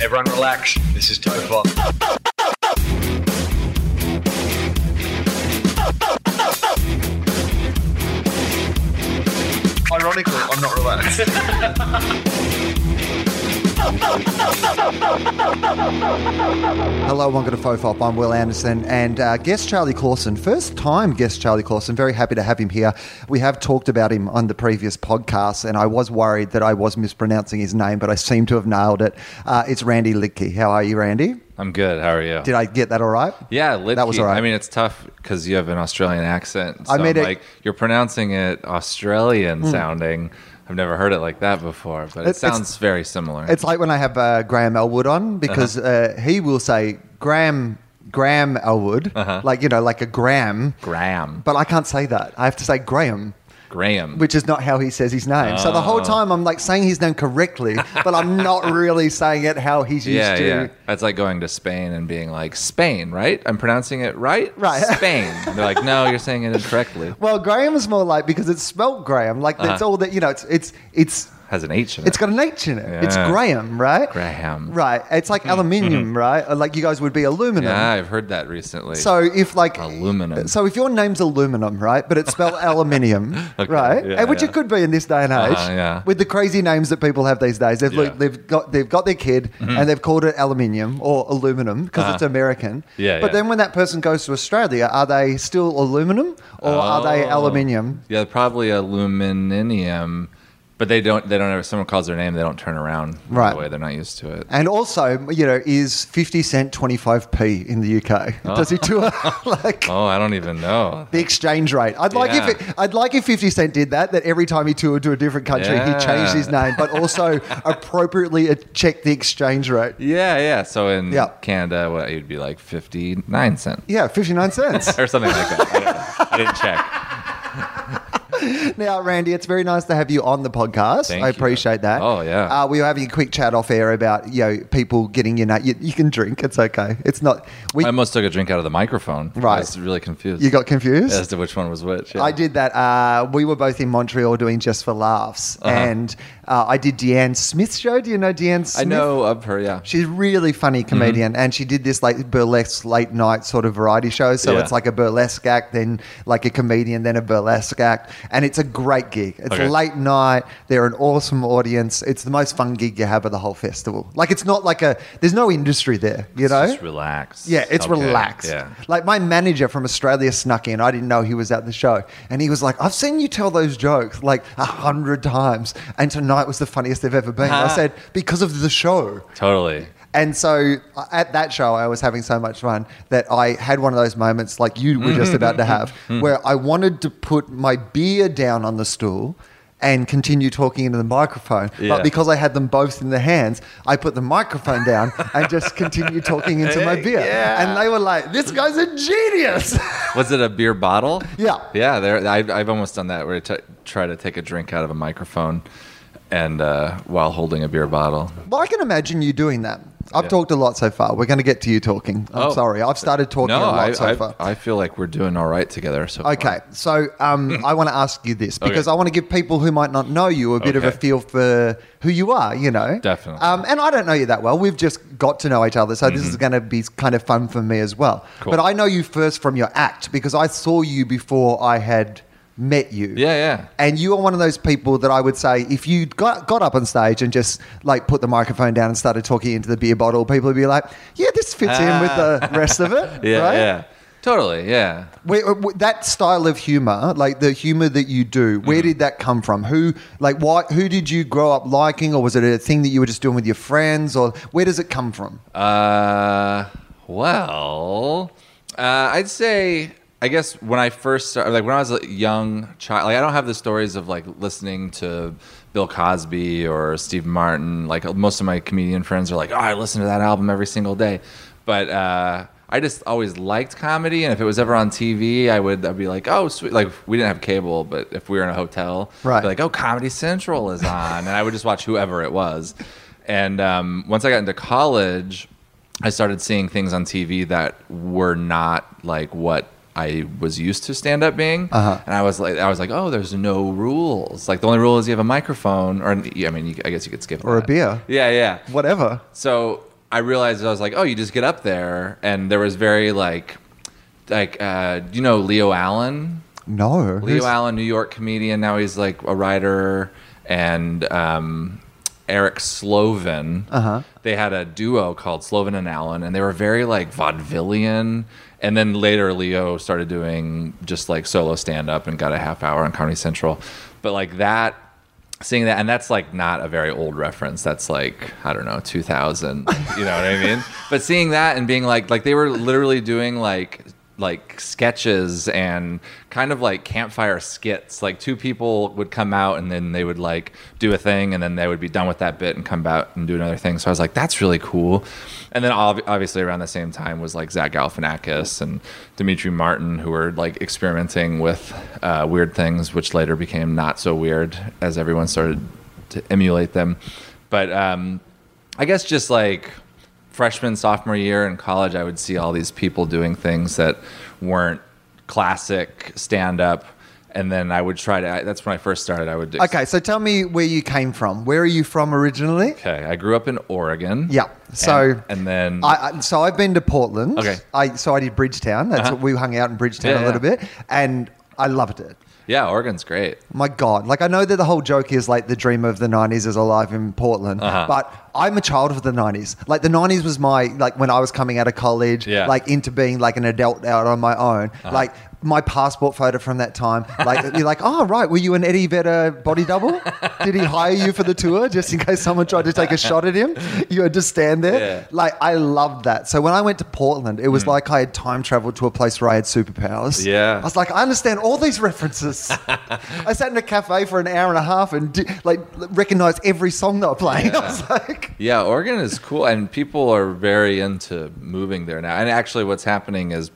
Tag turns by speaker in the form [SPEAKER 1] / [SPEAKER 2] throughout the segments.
[SPEAKER 1] Everyone relax. This is Topop. Ironically, I'm not relaxed.
[SPEAKER 2] Hello, welcome to Fofop. I'm Will Anderson and uh, guest Charlie Clausen. First time guest Charlie Clausen. Very happy to have him here. We have talked about him on the previous podcast, and I was worried that I was mispronouncing his name, but I seem to have nailed it. Uh, it's Randy Lidke. How are you, Randy?
[SPEAKER 3] I'm good. How are you?
[SPEAKER 2] Did I get that all right?
[SPEAKER 3] yeah, Lidke,
[SPEAKER 2] That was all right.
[SPEAKER 3] I mean, it's tough because you have an Australian accent. So
[SPEAKER 2] I
[SPEAKER 3] I
[SPEAKER 2] made
[SPEAKER 3] made
[SPEAKER 2] it- Hmm.
[SPEAKER 3] like you're pronouncing it Australian sounding. I've never heard it like that before, but it,
[SPEAKER 2] It's- it's-
[SPEAKER 3] sounds very similar.
[SPEAKER 2] It's like when I have uh, Graham Elwood on because uh he will say Graham Graham Elwood, like you know, like a gram.
[SPEAKER 3] Graham.
[SPEAKER 2] But I can't say that. I have to say Graham.
[SPEAKER 3] Graham.
[SPEAKER 2] which is not how he says his name. So the whole
[SPEAKER 3] Ah.
[SPEAKER 2] time I'm like saying his name correctly, but I'm not really saying it how he's used
[SPEAKER 3] yeah,
[SPEAKER 2] to.
[SPEAKER 3] yeah. That's like going to Spain and being like Spain, right? I'm pronouncing it right.
[SPEAKER 2] Right.
[SPEAKER 3] Spain. They're like, no, you're saying it incorrectly.
[SPEAKER 2] Well, Graham is more like because it's spelt Graham. Like that's
[SPEAKER 3] Uh-huh.
[SPEAKER 2] all that you know. It's it's it's
[SPEAKER 3] Has an H in it.
[SPEAKER 2] it's got an H in it. It's
[SPEAKER 3] Yeah.
[SPEAKER 2] Graham, right?
[SPEAKER 3] Graham. Mm-hmm.
[SPEAKER 2] Right. It's like aluminium, right? Or Like you guys would be aluminum.
[SPEAKER 3] Yeah, I've heard that recently.
[SPEAKER 2] So if like
[SPEAKER 3] Aluminum.
[SPEAKER 2] so if your name's aluminum, right, but it's spelled aluminium,
[SPEAKER 3] Okay,
[SPEAKER 2] right,
[SPEAKER 3] yeah,
[SPEAKER 2] and which
[SPEAKER 3] yeah.
[SPEAKER 2] it could be in this day and age,
[SPEAKER 3] Uh-huh, yeah.
[SPEAKER 2] with the crazy names that people have these days, they've
[SPEAKER 3] Yeah. Mm-hmm.
[SPEAKER 2] they've got they've got their kid and they've called it aluminium or aluminum because it's American.
[SPEAKER 3] Uh-huh. Yeah,
[SPEAKER 2] But
[SPEAKER 3] yeah.
[SPEAKER 2] then when that person goes to Australia, are they still aluminum or are they
[SPEAKER 3] Oh.
[SPEAKER 2] aluminium?
[SPEAKER 3] Yeah, probably aluminium, but they don't. They don't ever. Someone calls their name, they don't turn around. Right.
[SPEAKER 2] Right.
[SPEAKER 3] The way they're not used to it.
[SPEAKER 2] And also, you know, is fifty cent twenty five p in the UK? Does he do it like?
[SPEAKER 3] Oh, I don't even know.
[SPEAKER 2] The exchange rate. I'd like if
[SPEAKER 3] Yeah.
[SPEAKER 2] it, I'd like if Fifty Cent did that. That every time he toured to a different country,
[SPEAKER 3] Yeah.
[SPEAKER 2] he changed his name, but also appropriately uh, checked the exchange rate.
[SPEAKER 3] Yeah, yeah. So in
[SPEAKER 2] Yeah.
[SPEAKER 3] Canada, what it'd be like fifty nine cent
[SPEAKER 2] Yeah, fifty nine cents.
[SPEAKER 3] or something like that. I, don't know. I didn't check.
[SPEAKER 2] now, Randy, it's very nice to have you on the podcast.
[SPEAKER 3] Thank
[SPEAKER 2] I
[SPEAKER 3] you.
[SPEAKER 2] appreciate that.
[SPEAKER 3] Oh, yeah.
[SPEAKER 2] Uh, we were having a quick chat off air about you know people getting you know you, you can drink. It's okay. It's not. We
[SPEAKER 3] I almost took a drink out of the microphone.
[SPEAKER 2] Right.
[SPEAKER 3] I was really confused.
[SPEAKER 2] you got confused.
[SPEAKER 3] as to which one was which. yeah.
[SPEAKER 2] I did that. Uh, we were both in Montreal doing Just for Laughs,
[SPEAKER 3] Uh-huh.
[SPEAKER 2] and uh, I did Deanne Smith's show. Do you know Deanne? Smith?
[SPEAKER 3] I know of her. Yeah.
[SPEAKER 2] She's a really
[SPEAKER 3] Mm-hmm.
[SPEAKER 2] funny comedian, and she did this like burlesque late night sort of variety show. So
[SPEAKER 3] Yeah.
[SPEAKER 2] it's like a burlesque act, then like a comedian, then a burlesque act, and it's a great gig. It's
[SPEAKER 3] Okay.
[SPEAKER 2] late night. They're an awesome audience. It's the most fun gig you have at the whole festival. Like it's not like a there's no industry there, you know.
[SPEAKER 3] Just relax.
[SPEAKER 2] Yeah, it's
[SPEAKER 3] Okay.
[SPEAKER 2] relaxed.
[SPEAKER 3] Yeah.
[SPEAKER 2] Like my manager from Australia snuck in. I didn't know he was at the show. And he was like, I've seen you tell those jokes like a hundred times. And tonight was the funniest they've ever been. I said, because of the show.
[SPEAKER 3] Totally.
[SPEAKER 2] And so uh, at that show, I was having so much fun that I had one of those moments like you were
[SPEAKER 3] Mm-hmm.
[SPEAKER 2] just about to have, where I wanted to put my beer down on the stool and continue talking into the microphone.
[SPEAKER 3] Yeah.
[SPEAKER 2] But because I had them both in the hands, I put the microphone down and just continued talking into my beer.
[SPEAKER 3] Yeah.
[SPEAKER 2] And they were like, this guy's a genius.
[SPEAKER 3] Was it a beer bottle?
[SPEAKER 2] Yeah.
[SPEAKER 3] Yeah, there. I've, I've almost done that where I t- try to take a drink out of a microphone, and uh, while holding a beer bottle.
[SPEAKER 2] Well, I can imagine you doing that. I've
[SPEAKER 3] Yeah.
[SPEAKER 2] talked a lot so far. We're going to get to you talking. I'm
[SPEAKER 3] Oh.
[SPEAKER 2] sorry. I've started talking a
[SPEAKER 3] no,
[SPEAKER 2] lot
[SPEAKER 3] I,
[SPEAKER 2] so far.
[SPEAKER 3] I, I feel like we're doing all right together. So far.
[SPEAKER 2] Okay, so um, I want to ask you this because
[SPEAKER 3] Okay.
[SPEAKER 2] I want to give people who might not know you a bit of a
[SPEAKER 3] Okay.
[SPEAKER 2] feel for who you are. You know,
[SPEAKER 3] Definitely. Mm-hmm.
[SPEAKER 2] Um, and I don't know you that well. We've just got to know each other, so this is going to be kind of fun for me as well.
[SPEAKER 3] Cool.
[SPEAKER 2] But I know you first from your act because I saw you before I had met you.
[SPEAKER 3] Yeah, yeah.
[SPEAKER 2] And you are one of those people that I would say if you got, got up on stage and just like put the microphone down and started talking into the beer bottle, people would be like, "Yeah, this fits in with the rest of it."
[SPEAKER 3] Ah. Yeah,
[SPEAKER 2] right?
[SPEAKER 3] yeah. Totally, yeah.
[SPEAKER 2] Where, uh, wh- that style of humor, like the humor that you do, where
[SPEAKER 3] Mm.
[SPEAKER 2] did that come from? Who, like, why? Who did you grow up liking, or was it a thing that you were just doing with your friends, or where does it come from?
[SPEAKER 3] Uh, well, uh, I'd say I guess when I first started, like when I was a young child, like I don't have the stories of like listening to Bill Cosby or Steve Martin. Like most of my comedian friends are like, oh, I listen to that album every single day. But uh, I just always liked comedy, and if it was ever on TV, I would I'd be like, oh, sweet. Like we didn't have cable, but if we were in a hotel,
[SPEAKER 2] Right.
[SPEAKER 3] I'd be like, oh, Comedy Central is on, and I would just watch whoever it was. And um, once I got into college, I started seeing things on TV that were not like what I was used to stand up being,
[SPEAKER 2] Uh-huh.
[SPEAKER 3] and I was like, I was like, oh, there's no rules. Like the only rule is you have a microphone, or yeah, I mean, you, I guess you could skip
[SPEAKER 2] Or a
[SPEAKER 3] that.
[SPEAKER 2] beer.
[SPEAKER 3] Yeah, yeah.
[SPEAKER 2] Whatever.
[SPEAKER 3] So I realized I was like, oh, you just get up there, and there was very like, like uh, you know Leo Allen,
[SPEAKER 2] No.
[SPEAKER 3] Leo
[SPEAKER 2] Who's-
[SPEAKER 3] Allen, New York comedian. Now he's like a writer and um, Eric Sloven.
[SPEAKER 2] Uh-huh.
[SPEAKER 3] They had a duo called Sloven and Allen, and they were very like vaudevillian. And then later, Leo started doing just like solo stand up and got a half hour on Comedy Central. But like that, seeing that, and that's like not a very old reference. That's like I don't know, two thousand. You know what I mean? But seeing that and being like, like they were literally doing like like sketches and kind of like campfire skits. Like two people would come out and then they would like do a thing and then they would be done with that bit and come out and do another thing. So I was like, that's really cool. And then ob- obviously around the same time was like Zach Galifianakis and Dimitri Martin who were like experimenting with uh, weird things, which later became not so weird as everyone started to emulate them. But um, I guess just like freshman, sophomore year in college, I would see all these people doing things that weren't classic stand up. And then I would try to, I, that's when I first started. I would,
[SPEAKER 2] Okay, so tell me where you came from. Where are you from originally?
[SPEAKER 3] Okay. I grew up in Oregon.
[SPEAKER 2] Yeah. So
[SPEAKER 3] And, and then,
[SPEAKER 2] I, I, so I've been to Portland.
[SPEAKER 3] Okay.
[SPEAKER 2] I so I did Bridgetown. That's what we hung out in Bridgetown
[SPEAKER 3] Yeah,
[SPEAKER 2] a
[SPEAKER 3] yeah.
[SPEAKER 2] little bit, and I loved it.
[SPEAKER 3] yeah, Oregon's great.
[SPEAKER 2] My God, like I know that the whole joke is like the dream of the '90s is alive in Portland,
[SPEAKER 3] Uh-huh.
[SPEAKER 2] but I'm a child of the '90s. Like the '90s was my like when I was coming out of college,
[SPEAKER 3] Yeah. Uh-huh.
[SPEAKER 2] like into being like an adult out on my own, like. My passport photo from that time, like you're like, oh right, were you an Eddie Vedder body double? Did he hire you for the tour just in case someone tried to take a shot at him? You had to stand there.
[SPEAKER 3] Yeah. Hmm.
[SPEAKER 2] Like I loved that. So when I went to Portland, it was like I had time traveled to a place where I had superpowers.
[SPEAKER 3] Yeah.
[SPEAKER 2] I was like, I understand all these references. I sat in a cafe for an hour and a half and di- like recognized every song they were playing. I was like,
[SPEAKER 3] Yeah, Oregon is cool, and people are very into moving there now. And actually, what's happening is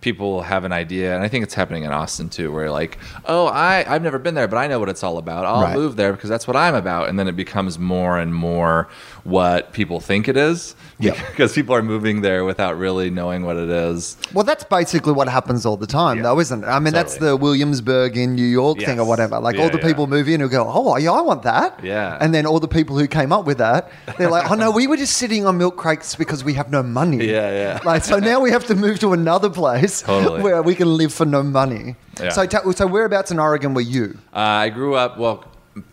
[SPEAKER 3] people have an idea, and I think it's happening in Austin too, where like, oh, I I've never been there, but I know what it's all about. I'll
[SPEAKER 2] Right.
[SPEAKER 3] move there because that's what I'm about. And then it becomes more and more what people think it is,
[SPEAKER 2] Yeah.
[SPEAKER 3] because people are moving there without really knowing what it is.
[SPEAKER 2] well, that's basically what happens all the time,
[SPEAKER 3] Yeah.
[SPEAKER 2] though, isn't it? I mean, that's
[SPEAKER 3] Totally.
[SPEAKER 2] the Williamsburg in New York thing or
[SPEAKER 3] Yes.
[SPEAKER 2] whatever. Like all
[SPEAKER 3] Yeah,
[SPEAKER 2] the
[SPEAKER 3] yeah.
[SPEAKER 2] people move in who go, oh, yeah, I want that.
[SPEAKER 3] Yeah.
[SPEAKER 2] And then all the people who came up with that, they're like, oh no, we were just sitting on milk crates because we have no money.
[SPEAKER 3] Yeah, yeah.
[SPEAKER 2] Like so now we have to move to another place
[SPEAKER 3] Totally.
[SPEAKER 2] where we can live for no money.
[SPEAKER 3] Yeah.
[SPEAKER 2] So, ta- so whereabouts in Oregon were you?
[SPEAKER 3] Uh, I grew up well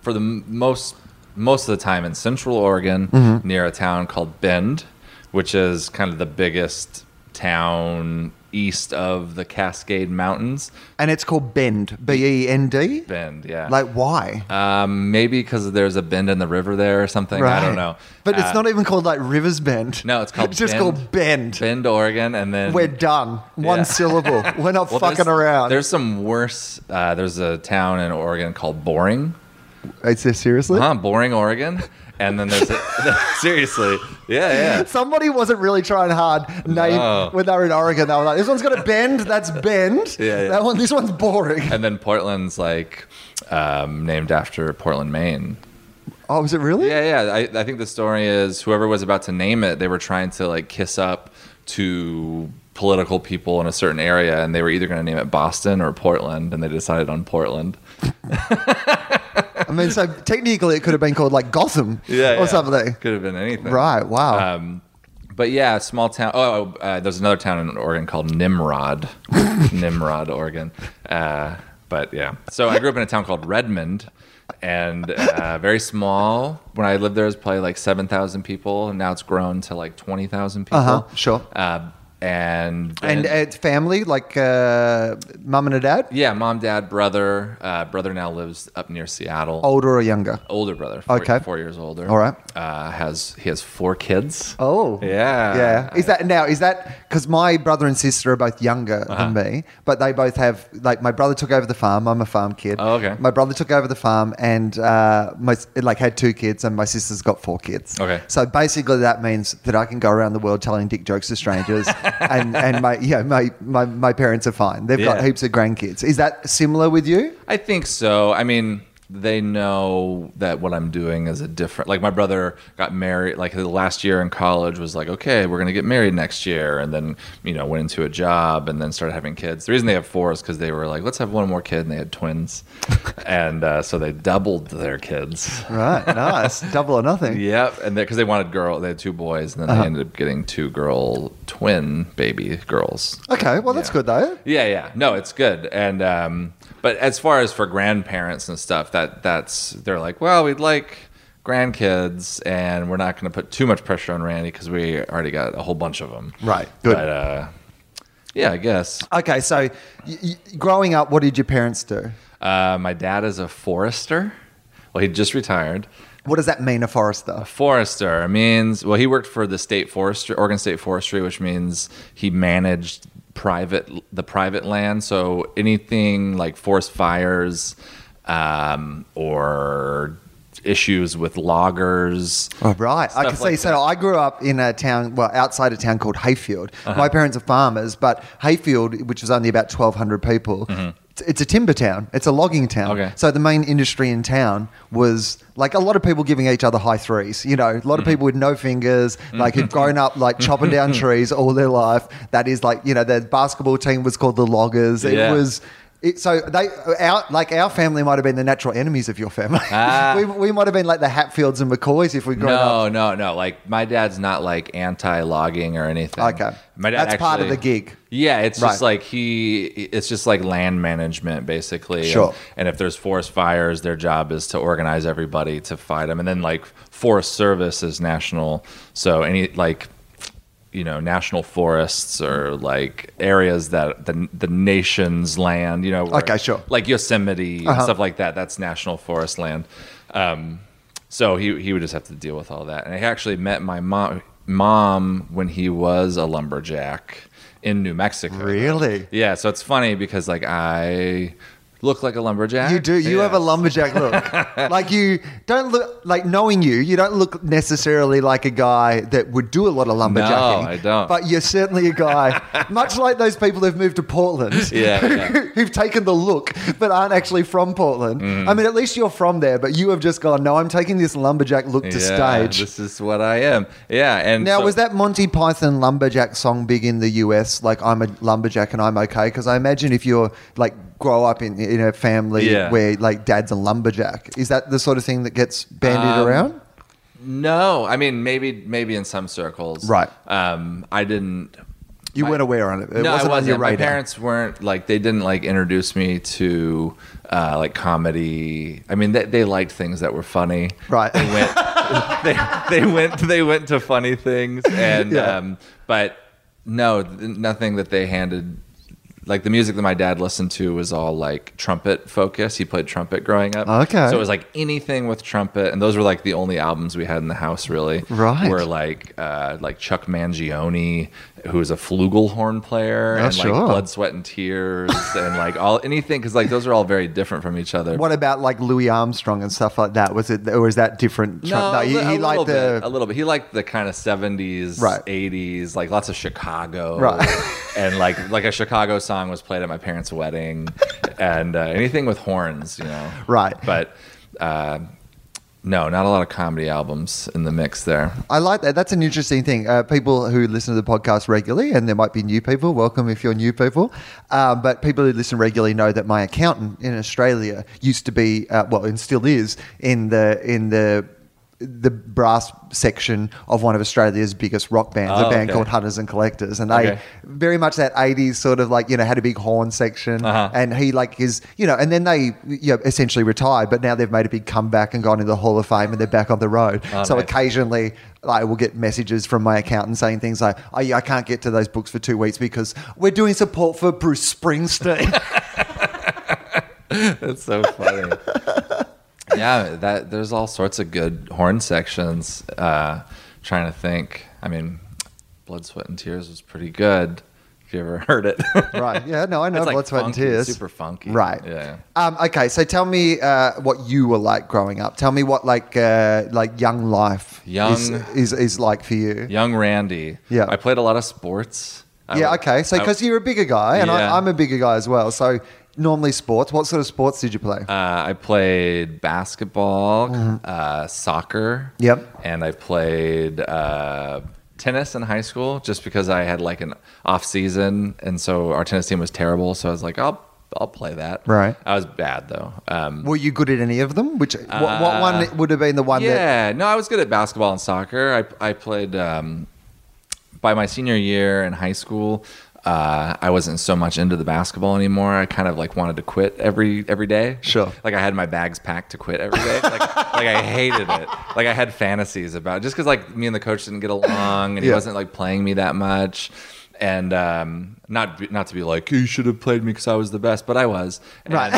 [SPEAKER 3] for the m- most most of the time in Central Oregon
[SPEAKER 2] Mm-hmm.
[SPEAKER 3] near a town called Bend, which is kind of the biggest town east of the Cascade Mountains.
[SPEAKER 2] And it's called Bend, B E N D.
[SPEAKER 3] Bend, yeah.
[SPEAKER 2] Like why?
[SPEAKER 3] um, maybe because there's a bend in the river there or something. I don't know.
[SPEAKER 2] But it's
[SPEAKER 3] Uh,
[SPEAKER 2] not even called like Rivers Bend.
[SPEAKER 3] No, it's called
[SPEAKER 2] It's just
[SPEAKER 3] Bend.
[SPEAKER 2] called Bend.
[SPEAKER 3] Bend, Oregon, and then
[SPEAKER 2] We're done. One
[SPEAKER 3] Yeah.
[SPEAKER 2] syllable. We're not
[SPEAKER 3] Well,
[SPEAKER 2] fucking
[SPEAKER 3] there's-
[SPEAKER 2] around.
[SPEAKER 3] There's some worse. Uh, there's a town in Oregon called Boring.
[SPEAKER 2] Is this seriously?
[SPEAKER 3] Huh? Boring, Oregon. And then there's a, seriously, yeah, yeah.
[SPEAKER 2] Somebody wasn't really trying hard. Name
[SPEAKER 3] No.
[SPEAKER 2] when they were in Oregon, they were like, "This one's got a bend. That's bend.
[SPEAKER 3] Yeah, yeah.
[SPEAKER 2] That one. This one's boring."
[SPEAKER 3] And then Portland's like um, named after Portland, Maine.
[SPEAKER 2] Oh, is it really?
[SPEAKER 3] Yeah, yeah. I, I think the story is whoever was about to name it, they were trying to like kiss up to political people in a certain area, and they were either going to name it Boston or Portland, and they decided on Portland.
[SPEAKER 2] I mean, so technically, it could have been called like Gotham or something.
[SPEAKER 3] Could have been anything.
[SPEAKER 2] Right. Wow.
[SPEAKER 3] Um, but yeah, small town. Oh, uh, there's another town in Oregon called Nimrod, Nimrod, Oregon. Uh, but yeah, so I grew up in a town called Redmond, and uh, very small. When I lived there, it was probably like seven thousand people, and now it's grown to like twenty thousand people.
[SPEAKER 2] Uh-huh, sure.
[SPEAKER 3] Uh, and then-
[SPEAKER 2] And uh, family, like uh, mum and a dad,
[SPEAKER 3] yeah, mom, dad, brother. Uh, brother now lives up near Seattle.
[SPEAKER 2] older or younger?
[SPEAKER 3] older brother. Four,
[SPEAKER 2] Oh, Okay.
[SPEAKER 3] four years older.
[SPEAKER 2] All right.
[SPEAKER 3] Uh, has he has four kids?
[SPEAKER 2] Oh,
[SPEAKER 3] Yeah.
[SPEAKER 2] yeah. Is that now? Is that because my brother and sister are both younger
[SPEAKER 3] Uh-huh.
[SPEAKER 2] than me, but they both have like my brother took over the farm. I'm a farm kid.
[SPEAKER 3] Oh, okay.
[SPEAKER 2] My brother took over the farm and uh, my s- like had two kids, and my sister's got four kids.
[SPEAKER 3] Okay.
[SPEAKER 2] So basically, that means that I can go around the world telling dick jokes to strangers, and and my yeah my my, my parents are fine. They've got
[SPEAKER 3] Yeah.
[SPEAKER 2] heaps of grandkids. Is that similar with you?
[SPEAKER 3] I think so. I mean, they know that what I'm doing is a different. Like my brother got married. Like the last year in college was like, okay, we're gonna get married next year, and then you know went into a job and then started having kids. The reason they have four is because they were like, let's have one more kid, and they had twins, and uh, so they doubled their kids.
[SPEAKER 2] Right. Nice. Double or nothing.
[SPEAKER 3] Yep, and because they wanted girl, they had two boys, and then they ended up getting two girl twin baby girls.
[SPEAKER 2] Okay. Well, that's
[SPEAKER 3] Yeah.
[SPEAKER 2] good though.
[SPEAKER 3] Yeah, yeah. No, it's good. And um, but as far as for grandparents and stuff, that that's they're like, well, we'd like grandkids, and we're not going to put too much pressure on Randy because we already got a whole bunch of them.
[SPEAKER 2] Right, good.
[SPEAKER 3] But, uh, yeah, I guess.
[SPEAKER 2] Okay. So, y- y- growing up, what did your parents do?
[SPEAKER 3] Uh, my dad is a forester. Well, he just retired.
[SPEAKER 2] What does that mean, a forester?
[SPEAKER 3] Forester means well, he worked for the state forestry, Oregon State Forestry, which means he managed private the private land. So anything like forest fires um, or issues with loggers.
[SPEAKER 2] Oh, right. I
[SPEAKER 3] Stuff
[SPEAKER 2] can see.
[SPEAKER 3] like
[SPEAKER 2] so I grew up in a town, well, outside a town called Hayfield.
[SPEAKER 3] Uh-huh.
[SPEAKER 2] My parents are farmers, but Hayfield, which was only about 1,200 people, it's- it's a timber town. It's a logging town.
[SPEAKER 3] Mm-hmm. Okay.
[SPEAKER 2] So the main industry in town was like a lot of people giving each other high threes. You know, a lot of
[SPEAKER 3] Mm-hmm.
[SPEAKER 2] people with no fingers, like who've grown up like chopping down trees all their life. That is like, you know, their basketball team was called the Loggers. It
[SPEAKER 3] Yeah.
[SPEAKER 2] was. It, so they, our, like our family might have been the natural enemies of your family.
[SPEAKER 3] Ah.
[SPEAKER 2] we, we might have been like the Hatfields and McCoys if we'd grown up
[SPEAKER 3] No, no, no. Like my dad's not like anti-logging or anything.
[SPEAKER 2] Okay.
[SPEAKER 3] my dad
[SPEAKER 2] That's part of
[SPEAKER 3] actually-
[SPEAKER 2] the gig.
[SPEAKER 3] Yeah, it's just
[SPEAKER 2] Right.
[SPEAKER 3] like he. It's just like land management, basically.
[SPEAKER 2] Sure.
[SPEAKER 3] And, and if there's forest fires, their job is to organize everybody to fight them. And then like Forest Service is national, so any like you know national forests or like areas that the the nation's land, you know. where-
[SPEAKER 2] Okay, sure.
[SPEAKER 3] Like Yosemite and
[SPEAKER 2] Uh-huh.
[SPEAKER 3] stuff like that. That's national forest land. Um, so he he would just have to deal with all that. And I actually met my mom mom when he was a lumberjack in New Mexico.
[SPEAKER 2] Really?
[SPEAKER 3] Yeah. So it's funny because like I look like a lumberjack.
[SPEAKER 2] You do. You have a
[SPEAKER 3] Yes.
[SPEAKER 2] lumberjack look. like you don't look like knowing you. You don't look necessarily like a guy that would do a lot of lumberjacking.
[SPEAKER 3] No, I don't.
[SPEAKER 2] But you're certainly a guy, much like those people who've moved to Portland.
[SPEAKER 3] Yeah, yeah.
[SPEAKER 2] who've taken the look but aren't actually from Portland.
[SPEAKER 3] Mm.
[SPEAKER 2] I mean, at least you're from there, but you have just gone. No, I'm taking this lumberjack look to
[SPEAKER 3] Yeah,
[SPEAKER 2] stage.
[SPEAKER 3] This is what I am. Yeah. And
[SPEAKER 2] Now,
[SPEAKER 3] so-
[SPEAKER 2] was that Monty Python lumberjack song big in the US? Like, I'm a lumberjack and I'm okay? Because I imagine if you're like grow up in, in a family
[SPEAKER 3] Yeah.
[SPEAKER 2] where like dad's a lumberjack, is that the sort of thing that gets bandied
[SPEAKER 3] Um,
[SPEAKER 2] around?
[SPEAKER 3] No. I mean, maybe maybe in some circles.
[SPEAKER 2] Right.
[SPEAKER 3] Um, I didn't.
[SPEAKER 2] You weren't aware on it. It
[SPEAKER 3] no,
[SPEAKER 2] wasn't,
[SPEAKER 3] I wasn't.
[SPEAKER 2] on your
[SPEAKER 3] My
[SPEAKER 2] radar.
[SPEAKER 3] parents weren't like they didn't like introduce me to uh, like comedy. I mean, they, they liked things that were funny.
[SPEAKER 2] Right.
[SPEAKER 3] They went. they, they went. They went to funny things, and
[SPEAKER 2] Yeah.
[SPEAKER 3] um, but no, th- nothing that they handed. Like the music that my dad listened to was all like trumpet focused. He played trumpet growing up.
[SPEAKER 2] Okay.
[SPEAKER 3] So it was like anything with trumpet, and those were like the only albums we had in the house really.
[SPEAKER 2] Right.
[SPEAKER 3] Were like uh, like Chuck Mangione, who is a flugelhorn player,
[SPEAKER 2] Oh,
[SPEAKER 3] and
[SPEAKER 2] sure.
[SPEAKER 3] like Blood, Sweat, and Tears, and like all anything because like those are all very different from each other.
[SPEAKER 2] What about like Louis Armstrong and stuff like that? Was it, or was that different?
[SPEAKER 3] No,
[SPEAKER 2] Trump-
[SPEAKER 3] a li-
[SPEAKER 2] he, he
[SPEAKER 3] a
[SPEAKER 2] liked
[SPEAKER 3] little
[SPEAKER 2] the.
[SPEAKER 3] bit, a little bit. He liked the kind of seventies,
[SPEAKER 2] Right.
[SPEAKER 3] eighties, like lots of Chicago,
[SPEAKER 2] Right.
[SPEAKER 3] and like like a Chicago song was played at my parents' wedding, and uh, anything with horns, you know,
[SPEAKER 2] Right.
[SPEAKER 3] But uh, no, not a lot of comedy albums in the mix there.
[SPEAKER 2] I like that. That's an interesting thing. Uh, people who listen to the podcast regularly, and there might be new people, welcome if you're new people. Um, but people who listen regularly know that my accountant in Australia used to be, uh, well, and still is in the in the the brass section of one of Australia's biggest rock bands,
[SPEAKER 3] Oh,
[SPEAKER 2] a band
[SPEAKER 3] okay.
[SPEAKER 2] called Hunters and Collectors, and they
[SPEAKER 3] Okay.
[SPEAKER 2] very much that '80s sort of like you know had a big horn section,
[SPEAKER 3] Uh-huh.
[SPEAKER 2] and he like is you know, and then they you know, essentially retired, but now they've made a big comeback and gone into the Hall of Fame, and they're back on the road.
[SPEAKER 3] Oh,
[SPEAKER 2] so
[SPEAKER 3] nice.
[SPEAKER 2] occasionally, I will get messages from my accountant saying things like, "Oh yeah, I can't get to those books for two weeks because we're doing support for Bruce Springsteen."
[SPEAKER 3] That's so funny. yeah, that there's all sorts of good horn sections. Uh, trying to think. I mean, Blood, Sweat, and Tears was pretty good. If you ever heard it,
[SPEAKER 2] Right. Yeah. No, I know.
[SPEAKER 3] It's like
[SPEAKER 2] Blood, sweat,
[SPEAKER 3] funky,
[SPEAKER 2] and tears.
[SPEAKER 3] super funky.
[SPEAKER 2] Right.
[SPEAKER 3] Yeah.
[SPEAKER 2] Um, okay. So tell me uh, what you were like growing up. Tell me what like uh, like young life
[SPEAKER 3] Young-
[SPEAKER 2] is, is is like for you.
[SPEAKER 3] Young Randy.
[SPEAKER 2] Yeah.
[SPEAKER 3] I played a lot of sports. I
[SPEAKER 2] yeah.
[SPEAKER 3] would-
[SPEAKER 2] Okay. So
[SPEAKER 3] I-
[SPEAKER 2] because you're a bigger guy and
[SPEAKER 3] Yeah.
[SPEAKER 2] I, I'm a bigger guy as well. So normally sports. What sort of sports did you play?
[SPEAKER 3] Uh, I played basketball, uh, soccer.
[SPEAKER 2] Mm-hmm. Yep.
[SPEAKER 3] And I played uh, tennis in high school just because I had like an off season, and so our tennis team was terrible. So I was like, I'll I'll play that.
[SPEAKER 2] Right.
[SPEAKER 3] I was bad though. Um,
[SPEAKER 2] were you good at any of them? Which what, what one would have been the one that?
[SPEAKER 3] uh, yeah. No, I was good at basketball and soccer. I I played um, by my senior year in high school. Uh, I wasn't so much into the basketball anymore. I kind of like wanted to quit every every day.
[SPEAKER 2] Sure.
[SPEAKER 3] Like I had my bags packed to quit every day. Like, like I hated it. Like I had fantasies about it. just because like me and the coach didn't get along and he
[SPEAKER 2] Yeah.
[SPEAKER 3] wasn't like playing me that much. And um, not be- not to be like you should have played me because I was the best, but I was. And-
[SPEAKER 2] Right.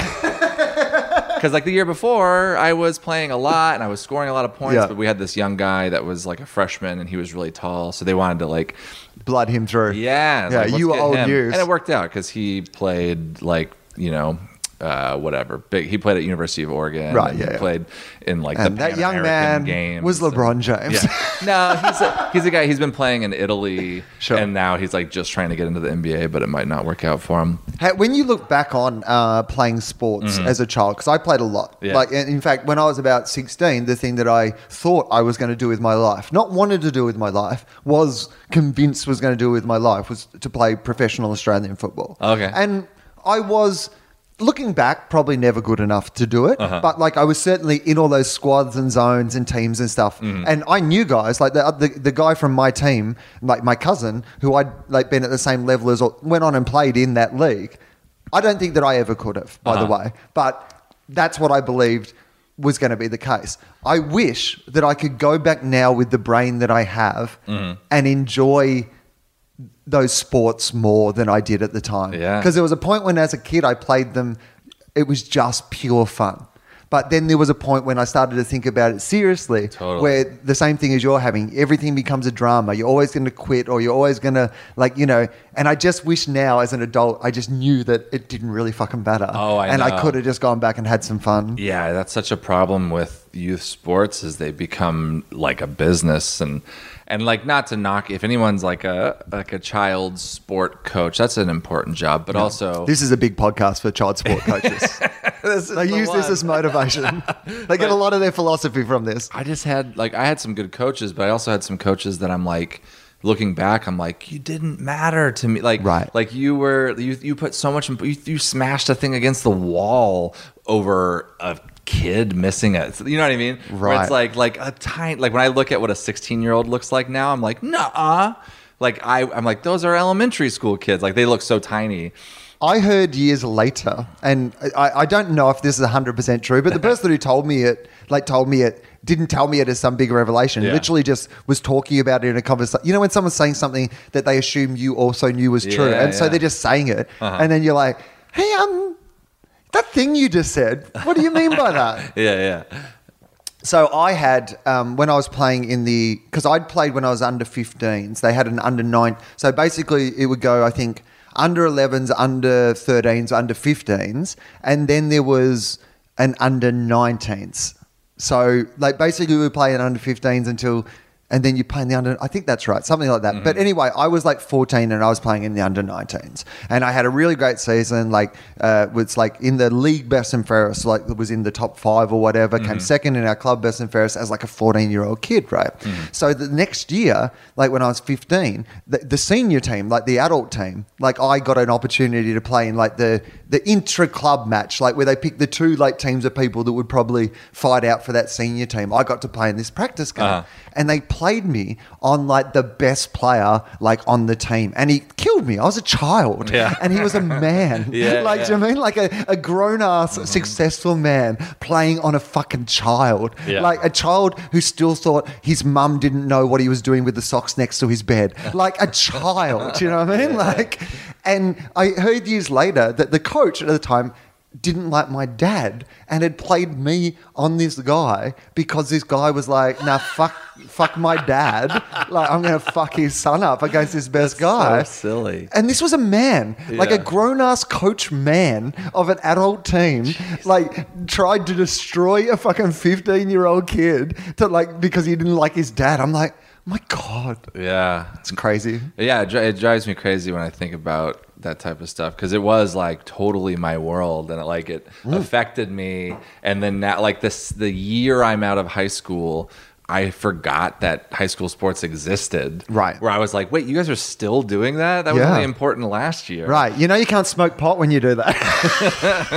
[SPEAKER 3] because like the year before, I was playing a lot and I was scoring a lot of points,
[SPEAKER 2] Yeah.
[SPEAKER 3] but we had this young guy that was like a freshman and he was really tall, so they wanted to like,
[SPEAKER 2] Blood him through.
[SPEAKER 3] yeah,
[SPEAKER 2] Yeah,
[SPEAKER 3] like, let's
[SPEAKER 2] you were
[SPEAKER 3] get
[SPEAKER 2] old
[SPEAKER 3] him.
[SPEAKER 2] news.
[SPEAKER 3] and it worked out because he played like you know. Uh, whatever. Big. He played at University of Oregon.
[SPEAKER 2] Right,
[SPEAKER 3] and
[SPEAKER 2] yeah,
[SPEAKER 3] He
[SPEAKER 2] yeah.
[SPEAKER 3] played in like
[SPEAKER 2] And
[SPEAKER 3] the
[SPEAKER 2] that young man
[SPEAKER 3] game
[SPEAKER 2] was LeBron James.
[SPEAKER 3] no, he's a, he's a guy. He's been playing in Italy,
[SPEAKER 2] Sure.
[SPEAKER 3] and now he's like just trying to get into the NBA, but it might not work out for him.
[SPEAKER 2] Hey, when you look back on uh, playing sports as a child, because I played a lot.
[SPEAKER 3] Mm-hmm. Yeah.
[SPEAKER 2] Like, in in fact, when I was about sixteen, the thing that I thought I was going to do with my life, not wanted to do with my life, was convinced was going to do with my life was to play professional Australian football.
[SPEAKER 3] Okay.
[SPEAKER 2] and I was. Looking back, probably never good enough to do it, but like I was certainly in all those squads and zones and teams and stuff, and I knew guys like the, the the guy from my team, like my cousin, who I'd like been at the same level as, went on and played in that league. I don't think that I ever could have, by the way, but that's what I believed was going to be the case. I wish that I could go back now with the brain that I have and enjoy those sports more than I did at the time.
[SPEAKER 3] Yeah.
[SPEAKER 2] Because there was a point when, as a kid, I played them, it was just pure fun. But then there was a point when I started to think about it seriously,
[SPEAKER 3] Totally.
[SPEAKER 2] where the same thing as you're having, everything becomes a drama. You're always going to quit, or you're always going to, like, you know. And I just wish now, as an adult, I just knew that it didn't really fucking matter.
[SPEAKER 3] Oh, I
[SPEAKER 2] And I
[SPEAKER 3] know.
[SPEAKER 2] could have just gone back and had some fun.
[SPEAKER 3] Yeah, that's such a problem with youth sports is they become like a business and and like not to knock if anyone's like a like a child sport coach, that's an important job, but also
[SPEAKER 2] This is a big podcast for child sport coaches. they
[SPEAKER 3] the
[SPEAKER 2] use this
[SPEAKER 3] one.
[SPEAKER 2] as motivation. they get a lot of their philosophy from this.
[SPEAKER 3] I just had like I had some good coaches, but I also had some coaches that I'm like looking back, I'm like you didn't matter to me. Like
[SPEAKER 2] Right.
[SPEAKER 3] like you were you you put so much you, you smashed a thing against the wall over a kid missing it. You know what I mean? Where
[SPEAKER 2] Right.
[SPEAKER 3] it's like like a tiny like when I look at what a 16 year old looks like now, I'm like nah. Like I I'm like those are elementary school kids. Like they look so tiny.
[SPEAKER 2] I heard years later, and I, I don't know if this is 100% true, but the person who told me it, like, told me it, didn't tell me it as some big revelation.
[SPEAKER 3] Yeah.
[SPEAKER 2] Literally just was talking about it in a conversation. You know, when someone's saying something that they assume you also knew was true,
[SPEAKER 3] Yeah,
[SPEAKER 2] and
[SPEAKER 3] yeah.
[SPEAKER 2] so
[SPEAKER 3] Uh-huh.
[SPEAKER 2] they're just saying it, and then you're like, hey, um, that thing you just said, what do you mean by that?
[SPEAKER 3] Yeah, yeah.
[SPEAKER 2] So I had um, when I was playing in the because I'd played when I was under 15s. They had an under nine. So basically, it would go I think under 11s, under 13s, under 15s, and then there was an under 19s. So like basically, we would play an under 15s until and then you play in the under. I think that's right, something like that. But anyway, I was like 14 and I was playing in the under 19s, and I had a really great season. Like, uh, was like in the league best and fairest, like was in the top five or whatever. Came second in our club best and fairest as like a 14 year old kid, right? So the next year, like when I was 15, the, the senior team, like the adult team, like I got an opportunity to play in like the the intra club match, like where they pick the two like teams of people that would probably fight out for that senior team. I got to play in this practice game,
[SPEAKER 3] Uh-huh.
[SPEAKER 2] and they played me on like the best player like on the team, and he killed me. I was a child,
[SPEAKER 3] Yeah.
[SPEAKER 2] and he was a man.
[SPEAKER 3] Yeah,
[SPEAKER 2] like do you
[SPEAKER 3] yeah.
[SPEAKER 2] mean like a, a grown ass successful man playing on a fucking child,
[SPEAKER 3] Yeah.
[SPEAKER 2] like a child who still thought his mum didn't know what he was doing with the socks next to his bed, like a child. you know what I mean? Like, and I heard years later that the coach at the time didn't like my dad and had played me on this guy because this guy was like, nah, fuck. Fuck my dad! Like I'm gonna fuck his son up against this best guy.
[SPEAKER 3] silly.
[SPEAKER 2] And this was a man, like a
[SPEAKER 3] Yeah.
[SPEAKER 2] grown ass coach man of an adult team, like tried to destroy a fucking 15 year old kid to like because he didn't like his dad. I'm like, my God,
[SPEAKER 3] Yeah.
[SPEAKER 2] it's crazy.
[SPEAKER 3] Yeah, it, dri- it drives me crazy when I think about that type of stuff because it was like totally my world and it, like it affected me. And then now, like this, the year I'm out of high school, I forgot that high school sports existed.
[SPEAKER 2] Right.
[SPEAKER 3] Where I was like, wait, you guys are still doing that? That
[SPEAKER 2] Yeah.
[SPEAKER 3] was really important last year.
[SPEAKER 2] Right. You know, you can't smoke pot when you do that.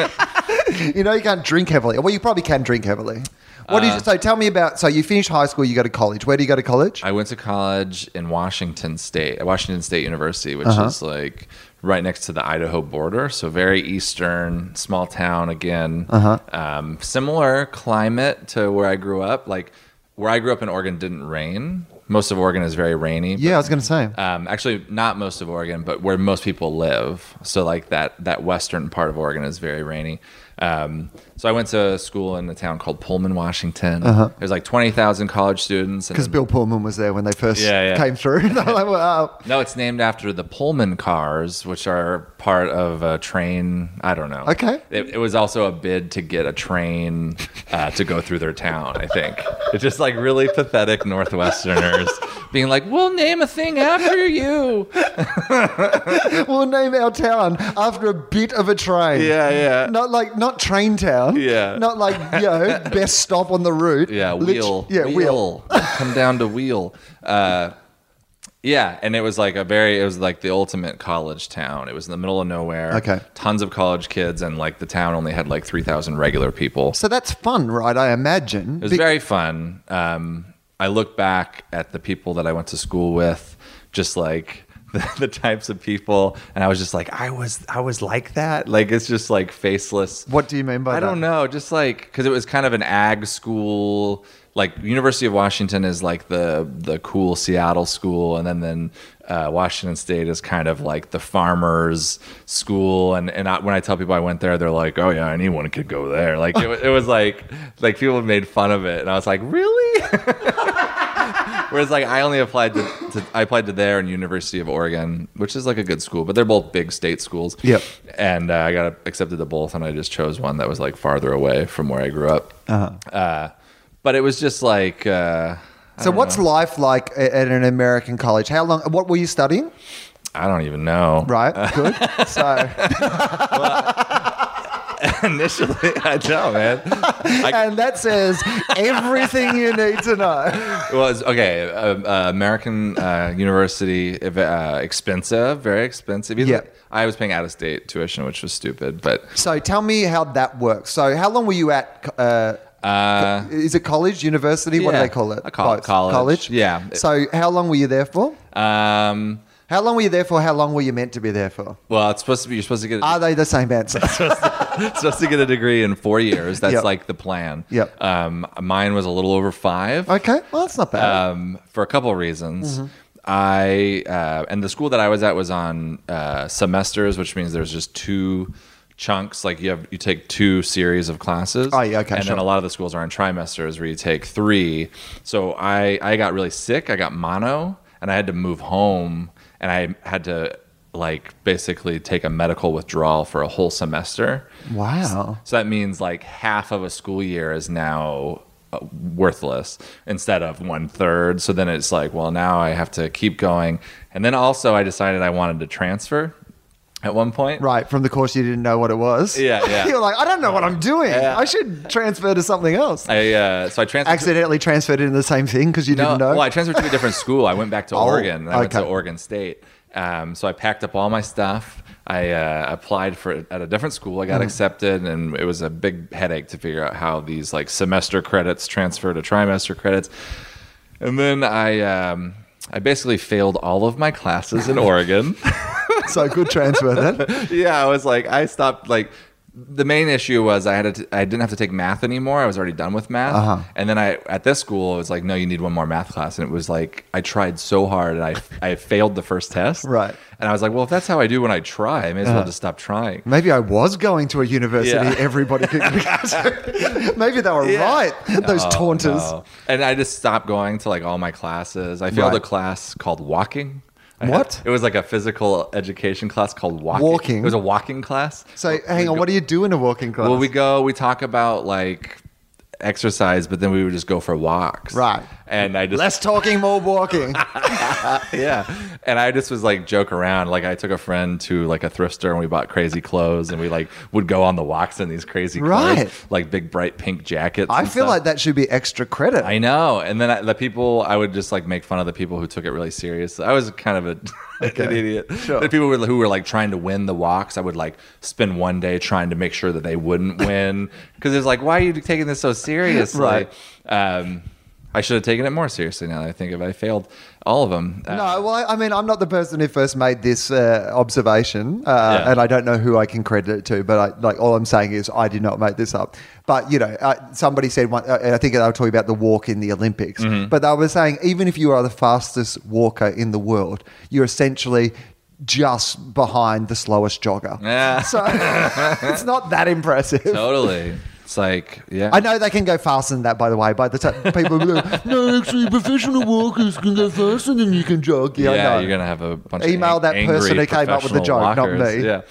[SPEAKER 2] you know, you can't drink heavily. Well, you probably can drink heavily. What did you,
[SPEAKER 3] Uh,
[SPEAKER 2] so tell me about, so you finish high school, you go to college. Where do you go to college?
[SPEAKER 3] I went to college in Washington State, at Washington State University, which
[SPEAKER 2] Uh-huh.
[SPEAKER 3] is like right next to the Idaho border. So very eastern, small town again.
[SPEAKER 2] Uh-huh.
[SPEAKER 3] Um, similar climate to where I grew up. Like where I grew up in Oregon didn't rain. Most of Oregon is very rainy. but
[SPEAKER 2] yeah, I was going to say.
[SPEAKER 3] um, actually not most of Oregon, but where most people live. So like that that western part of Oregon is very rainy. Um, so I went to school in a town called Pullman, Washington. There's like twenty thousand college students. and
[SPEAKER 2] Uh-huh. Because
[SPEAKER 3] then-
[SPEAKER 2] Bill Pullman was there when they first
[SPEAKER 3] Yeah, yeah.
[SPEAKER 2] came through. uh, They're like, wow.
[SPEAKER 3] No, it's named after the Pullman cars, which are part of a train. I don't know.
[SPEAKER 2] Okay.
[SPEAKER 3] It, it was also a bid to get a train uh, to go through their town, I think. It's just like really pathetic Northwesterners being like, we'll name a thing after you.
[SPEAKER 2] We'll name our town after a bit of a train.
[SPEAKER 3] Yeah, yeah.
[SPEAKER 2] Not like not train town.
[SPEAKER 3] Yeah.
[SPEAKER 2] Not like you know best stop on the route.
[SPEAKER 3] Yeah,
[SPEAKER 2] Lit-
[SPEAKER 3] wheel.
[SPEAKER 2] yeah, wheel.
[SPEAKER 3] Come down to wheel. Uh, yeah, and it was like a very, it was like the ultimate college town. It was in the middle of nowhere.
[SPEAKER 2] Okay.
[SPEAKER 3] Tons of college kids, and like the town only had like 3,000 regular people.
[SPEAKER 2] So that's fun, right? I imagine.
[SPEAKER 3] It was
[SPEAKER 2] Be-
[SPEAKER 3] very fun. Um, I look back at the people that I went to school with, just like the, the types of people, and I was just like, I was, I was like that. Like it's just like faceless.
[SPEAKER 2] what do you mean by
[SPEAKER 3] I
[SPEAKER 2] that?
[SPEAKER 3] don't know. Just like because it was kind of an ag school. Like University of Washington is like the the cool Seattle school, and then then uh, Washington State is kind of like the farmers' school. And and I, when I tell people I went there, they're like, "Oh yeah, anyone could go there." Like it, wa- it was like like people made fun of it, and I was like, "Really?" Whereas like I only applied to, to I applied to there and University of Oregon, which is like a good school, but they're both big state schools.
[SPEAKER 2] Yep.
[SPEAKER 3] And uh, I got accepted to both, and I just chose one that was like farther away from where I grew up. Uh-huh. but it was just like uh,
[SPEAKER 2] So what's life like a- at, an American college? How long? What were you studying?
[SPEAKER 3] I don't even know.
[SPEAKER 2] Right. Good. so
[SPEAKER 3] Initially, I know, man. I,
[SPEAKER 2] and that says everything you need to know.
[SPEAKER 3] well, it's, okay. Uh, uh, American uh, University, if, uh, expensive, very expensive. Even-
[SPEAKER 2] Yeah.
[SPEAKER 3] I was paying out of state tuition, which was stupid, but
[SPEAKER 2] So tell me how that works. So how long were you at? Uh,
[SPEAKER 3] uh,
[SPEAKER 2] is it college, university? What do
[SPEAKER 3] Yeah.
[SPEAKER 2] they call it?
[SPEAKER 3] I call it
[SPEAKER 2] Both.
[SPEAKER 3] college.
[SPEAKER 2] College.
[SPEAKER 3] Yeah.
[SPEAKER 2] So how long were you there for?
[SPEAKER 3] um,
[SPEAKER 2] How long were you there for? How long were you meant to be there for?
[SPEAKER 3] well, it's supposed to be. You're supposed to get. A,
[SPEAKER 2] Are they the same answer?
[SPEAKER 3] supposed to get a degree in four years. That's
[SPEAKER 2] Yep.
[SPEAKER 3] like the plan.
[SPEAKER 2] Yep.
[SPEAKER 3] Um, mine was a little over five.
[SPEAKER 2] okay, Mm-hmm. well that's not bad.
[SPEAKER 3] Um, for a couple of reasons. I uh, and the school that I was at was on uh, semesters, which means there's just two chunks. Like you have you take two series of classes.
[SPEAKER 2] Oh, yeah, okay,
[SPEAKER 3] And
[SPEAKER 2] sure.
[SPEAKER 3] then a lot of the schools are on trimesters where you take three. So I I got really sick. I got mono, and I had to move home, and I had to like basically take a medical withdrawal for a whole semester.
[SPEAKER 2] wow.
[SPEAKER 3] So that means like half of a school year is now uh, worthless instead of one third. So then it's like, well, now I have to keep going. And then also, I decided I wanted to transfer at one point.
[SPEAKER 2] Right, from the course you didn't know what it was.
[SPEAKER 3] Yeah, yeah.
[SPEAKER 2] You're like, I don't know what I'm doing. I should transfer to something else.
[SPEAKER 3] I uh, so I transferred. to-
[SPEAKER 2] Accidentally transferred into the same thing because you
[SPEAKER 3] No,
[SPEAKER 2] didn't know.
[SPEAKER 3] well, I transferred to a different school. I went back to
[SPEAKER 2] Oh,
[SPEAKER 3] Oregon. I went to
[SPEAKER 2] okay.
[SPEAKER 3] Oregon State. Um, so I packed up all my stuff. I uh, applied for at a different school. I got
[SPEAKER 2] Mm-hmm.
[SPEAKER 3] accepted, and it was a big headache to figure out how these like semester credits transfer to trimester credits. And then I, um, I basically failed all of my classes in Oregon.
[SPEAKER 2] so good transfer then.
[SPEAKER 3] yeah, I was like, I stopped like. The main issue was I had to, I didn't have to take math anymore. I was already done with math,
[SPEAKER 2] Uh-huh.
[SPEAKER 3] and then I at this school it was like, no, you need one more math class, and it was like I tried so hard and I I failed the first test,
[SPEAKER 2] Right. Uh-huh.
[SPEAKER 3] And I was like, well, if that's how I do when I try, I may as well just stop trying.
[SPEAKER 2] Maybe I was going to a university
[SPEAKER 3] Yeah.
[SPEAKER 2] everybody could go to. Maybe they were right, those taunters.
[SPEAKER 3] Oh, No. And I just stopped going to like all my classes. I failed
[SPEAKER 2] Right.
[SPEAKER 3] a class called walking. I
[SPEAKER 2] What?
[SPEAKER 3] it was like a physical education class called walking.
[SPEAKER 2] Walking?
[SPEAKER 3] It was a walking class.
[SPEAKER 2] So hang on, what do you do in a walking class?
[SPEAKER 3] Well, we go, we talk about like exercise, but then we would just go for walks.
[SPEAKER 2] Right.
[SPEAKER 3] And I just,
[SPEAKER 2] Less talking, more walking.
[SPEAKER 3] yeah. And I just was like joke around. Like I took a friend to like a thrift store and we bought crazy clothes and we like would go on the walks in these crazy
[SPEAKER 2] Right.
[SPEAKER 3] clothes, like big bright pink jackets.
[SPEAKER 2] I
[SPEAKER 3] and
[SPEAKER 2] feel
[SPEAKER 3] stuff.
[SPEAKER 2] like that should be extra credit.
[SPEAKER 3] I know. And then I, the people, I would just like make fun of the people who took it really serious. I was kind of a, like an idiot. The people were, who were like trying to win the walks, I would like spend one day trying to make sure that they wouldn't win. Cause it's like, why are you taking this so seriously?
[SPEAKER 2] Right.
[SPEAKER 3] Um, I should have taken it more seriously now that I think of it. I failed all of them. Uh,
[SPEAKER 2] No, well, I, I mean, I'm not the person who first made this uh, observation, uh,
[SPEAKER 3] Yeah.
[SPEAKER 2] and I don't know who I can credit it to. But I, like, all I'm saying is I did not make this up. But you know, uh, somebody said, one, uh, and I think they were talking about the walk in the Olympics.
[SPEAKER 3] Mm-hmm.
[SPEAKER 2] But they were saying even if you are the fastest walker in the world, you're essentially just behind the slowest jogger.
[SPEAKER 3] Yeah.
[SPEAKER 2] So it's not that impressive.
[SPEAKER 3] Totally. It's like, yeah.
[SPEAKER 2] I know they can go faster than that, by the way. By the time people will go, no, actually, professional walkers can go faster than you can jog.
[SPEAKER 3] Yeah,
[SPEAKER 2] Yeah, I know.
[SPEAKER 3] you're gonna have a bunch.
[SPEAKER 2] Email
[SPEAKER 3] of
[SPEAKER 2] that
[SPEAKER 3] ang- angry
[SPEAKER 2] person who came up with the
[SPEAKER 3] professional
[SPEAKER 2] joke, not
[SPEAKER 3] walkers.
[SPEAKER 2] me.
[SPEAKER 3] Yeah.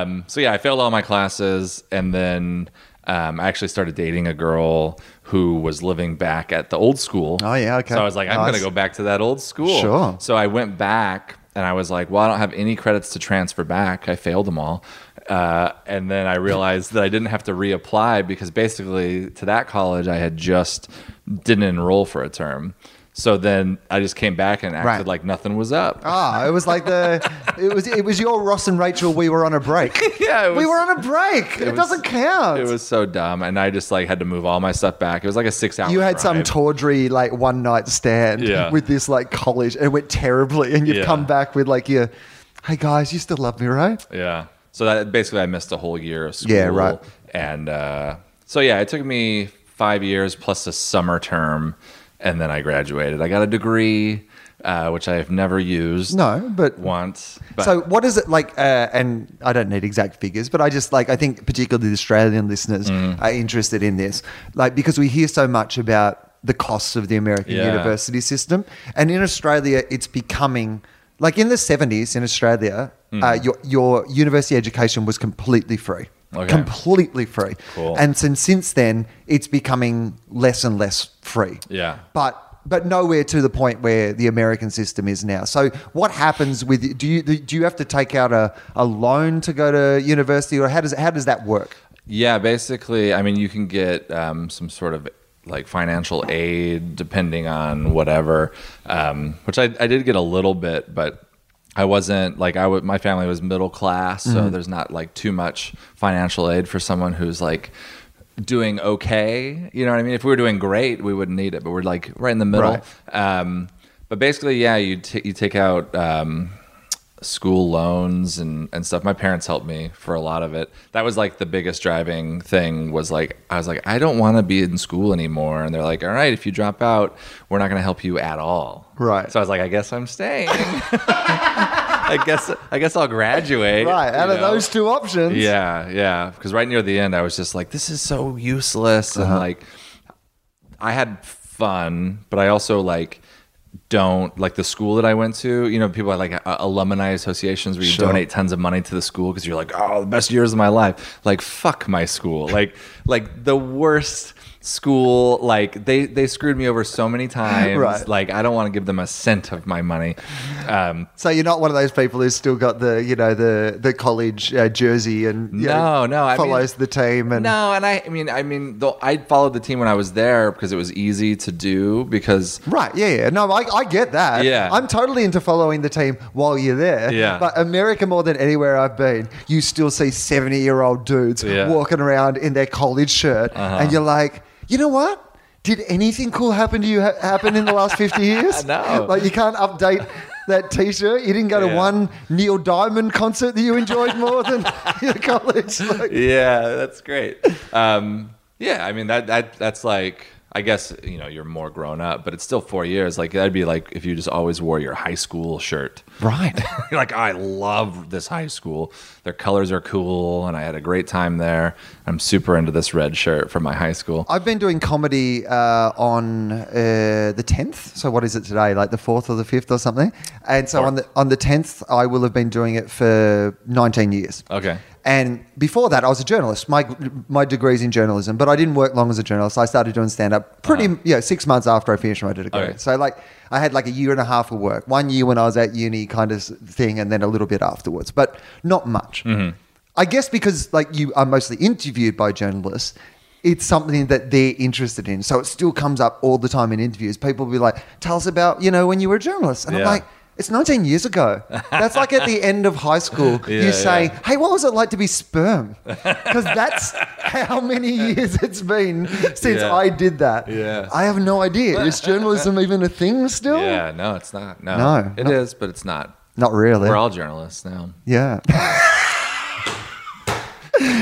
[SPEAKER 3] Um, so yeah, I failed all my classes, and then um, I actually started dating a girl who was living back at the old school.
[SPEAKER 2] Oh, yeah, okay.
[SPEAKER 3] So I was like, I'm gonna
[SPEAKER 2] Nice.
[SPEAKER 3] go back to that old school.
[SPEAKER 2] Sure.
[SPEAKER 3] So I went back, and I was like, well, I don't have any credits to transfer back. I failed them all. Uh, and then I realized that I didn't have to reapply because basically to that college I had just didn't enroll for a term. So then I just came back and acted
[SPEAKER 2] Right.
[SPEAKER 3] like nothing was up.
[SPEAKER 2] Ah, it was like the it was it was your Ross and Rachel. We were on a break.
[SPEAKER 3] Yeah, it
[SPEAKER 2] we
[SPEAKER 3] was-
[SPEAKER 2] were on a break. It,
[SPEAKER 3] was-
[SPEAKER 2] doesn't count.
[SPEAKER 3] It was so dumb, and I just like had to move all my stuff back. It was like a six hour.
[SPEAKER 2] you had some
[SPEAKER 3] drive.
[SPEAKER 2] tawdry like one night stand
[SPEAKER 3] Yeah.
[SPEAKER 2] with this like college. and It went terribly, and you've
[SPEAKER 3] Yeah.
[SPEAKER 2] come back with like your, hey guys, you still love me, right?
[SPEAKER 3] yeah. So that basically, I missed a whole year of school.
[SPEAKER 2] Yeah, right.
[SPEAKER 3] And uh, so yeah, it took me five years plus a summer term, and then I graduated. I got a degree, uh, which I have never used.
[SPEAKER 2] No, but
[SPEAKER 3] Once. But
[SPEAKER 2] so what is it like uh, and i don't need exact figures but i just like i think particularly the australian listeners
[SPEAKER 3] Mm.
[SPEAKER 2] are interested in this like because we hear so much about the costs of the american
[SPEAKER 3] Yeah.
[SPEAKER 2] university system and in australia it's becoming like in the 70s in australia uh,
[SPEAKER 3] Mm.
[SPEAKER 2] your, your university education was completely free
[SPEAKER 3] Okay.
[SPEAKER 2] completely free
[SPEAKER 3] Cool.
[SPEAKER 2] and since, since then it's becoming less and less free
[SPEAKER 3] Yeah.
[SPEAKER 2] but but nowhere to the point where the American system is now. So what happens with do you do you have to take out a, a loan to go to university or how does how does that work?
[SPEAKER 3] Yeah, basically, I mean, you can get um, some sort of like financial aid depending on whatever, um, which I, I did get a little bit, but I wasn't like I would. My family was middle class, so there's not like too much financial aid for someone who's like doing okay. You know what I mean? If we were doing great, we wouldn't need it, but we're like right in the middle.
[SPEAKER 2] Right.
[SPEAKER 3] Um, but basically, yeah, you t- you take out. Um, school loans and, and stuff. My parents helped me for a lot of it. That was like the biggest driving thing was like I was like, I don't want to be in school anymore. And they're like, All right, if you drop out, we're not gonna help you at all.
[SPEAKER 2] Right.
[SPEAKER 3] So I was like, I guess I'm staying. I guess I guess I'll graduate.
[SPEAKER 2] Right,
[SPEAKER 3] you
[SPEAKER 2] out of
[SPEAKER 3] know?
[SPEAKER 2] those two options.
[SPEAKER 3] Yeah, yeah. Because right near the end, I was just like, this is so
[SPEAKER 2] Uh-huh.
[SPEAKER 3] useless. And like, I had fun, but I also like don't like the school that I went to. You know, people have like uh, alumni associations where you
[SPEAKER 2] Sure.
[SPEAKER 3] donate tons of money to the school because you're like, oh, the best years of my life. Like, fuck my school. Like, like the worst school. Like they they screwed me over so many times.
[SPEAKER 2] Right.
[SPEAKER 3] Like I don't want to give them a cent of my money. Um,
[SPEAKER 2] So you're not one of those people who's still got the you know the the college uh, jersey and you
[SPEAKER 3] No,
[SPEAKER 2] know,
[SPEAKER 3] no, I mean-
[SPEAKER 2] follows the team and
[SPEAKER 3] no, and I, I mean, I mean, though I followed the team when I was there because it was easy to do because
[SPEAKER 2] Right, yeah, yeah. No, I, I get that.
[SPEAKER 3] Yeah.
[SPEAKER 2] I'm totally into following the team while you're there.
[SPEAKER 3] Yeah.
[SPEAKER 2] But America, more than anywhere I've been, you still see 70 year old dudes
[SPEAKER 3] Yeah. Uh-huh.
[SPEAKER 2] walking around in their college shirt. And you're like, you know what? Did anything cool happen to you ha- happen in the last 50 years?
[SPEAKER 3] No.
[SPEAKER 2] Like, you can't update that t shirt. You didn't go to
[SPEAKER 3] Yeah.
[SPEAKER 2] one Neil Diamond concert that you enjoyed more than your college. Like,
[SPEAKER 3] yeah, that's great. Um, yeah, I mean that that that's like I guess you know you're more grown up, but it's still four years. Like that'd be like if you just always wore your high school shirt.
[SPEAKER 2] right.
[SPEAKER 3] you're like I love this high school. Their colors are cool, and I had a great time there. I'm super into this red shirt from my high school.
[SPEAKER 2] I've been doing comedy uh, on uh, the tenth. So what is it today? Like the fourth or the fifth or something. And so on the on the tenth, I will have been doing it for nineteen years.
[SPEAKER 3] Okay.
[SPEAKER 2] And before that, I was a journalist. My my degree's in journalism, but I didn't work long as a journalist. I started doing stand up pretty you know six months after I finished my degree.
[SPEAKER 3] Uh-huh. Okay.
[SPEAKER 2] So like I had like a year and a half of work. One year when I was at uni, kind of s- thing, and then a little bit afterwards, but not much.
[SPEAKER 3] Mm-hmm.
[SPEAKER 2] I guess because like you are mostly interviewed by journalists. It's something that they're interested in, so it still comes up all the time in interviews. People will be like, "Tell us about you know when you were a journalist," and I'm
[SPEAKER 3] Yeah.
[SPEAKER 2] like, "It's 19 years ago. That's like at the end of high school.
[SPEAKER 3] Yeah,
[SPEAKER 2] you say,
[SPEAKER 3] yeah.
[SPEAKER 2] hey, what was it like to be sperm? Because that's how many years it's been since
[SPEAKER 3] Yeah.
[SPEAKER 2] I did that.
[SPEAKER 3] Yeah.
[SPEAKER 2] I have no idea. Is journalism even a thing still?
[SPEAKER 3] Yeah, no, it's not. No,
[SPEAKER 2] Oh, No,
[SPEAKER 3] it
[SPEAKER 2] no.
[SPEAKER 3] is, but it's not.
[SPEAKER 2] Not really.
[SPEAKER 3] We're all journalists now.
[SPEAKER 2] yeah.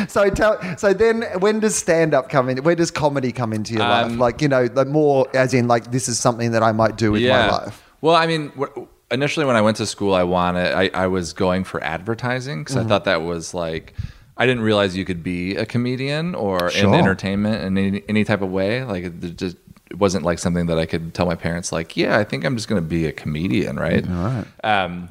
[SPEAKER 2] so tell, so then when does stand up come in? Where does comedy come into your life?
[SPEAKER 3] Um,
[SPEAKER 2] Like, you know, like more as in like this is something that I might do with my life.
[SPEAKER 3] Well, I mean, wh- initially when I went to school, I wanted I, I was going for advertising
[SPEAKER 2] Mm-hmm.
[SPEAKER 3] because I thought that was like I didn't realize you could be a comedian or
[SPEAKER 2] Sure.
[SPEAKER 3] in entertainment in any, any type of way. Like it it just it wasn't like something that I could tell my parents like, yeah, I think I'm just going to be a comedian, right? Um,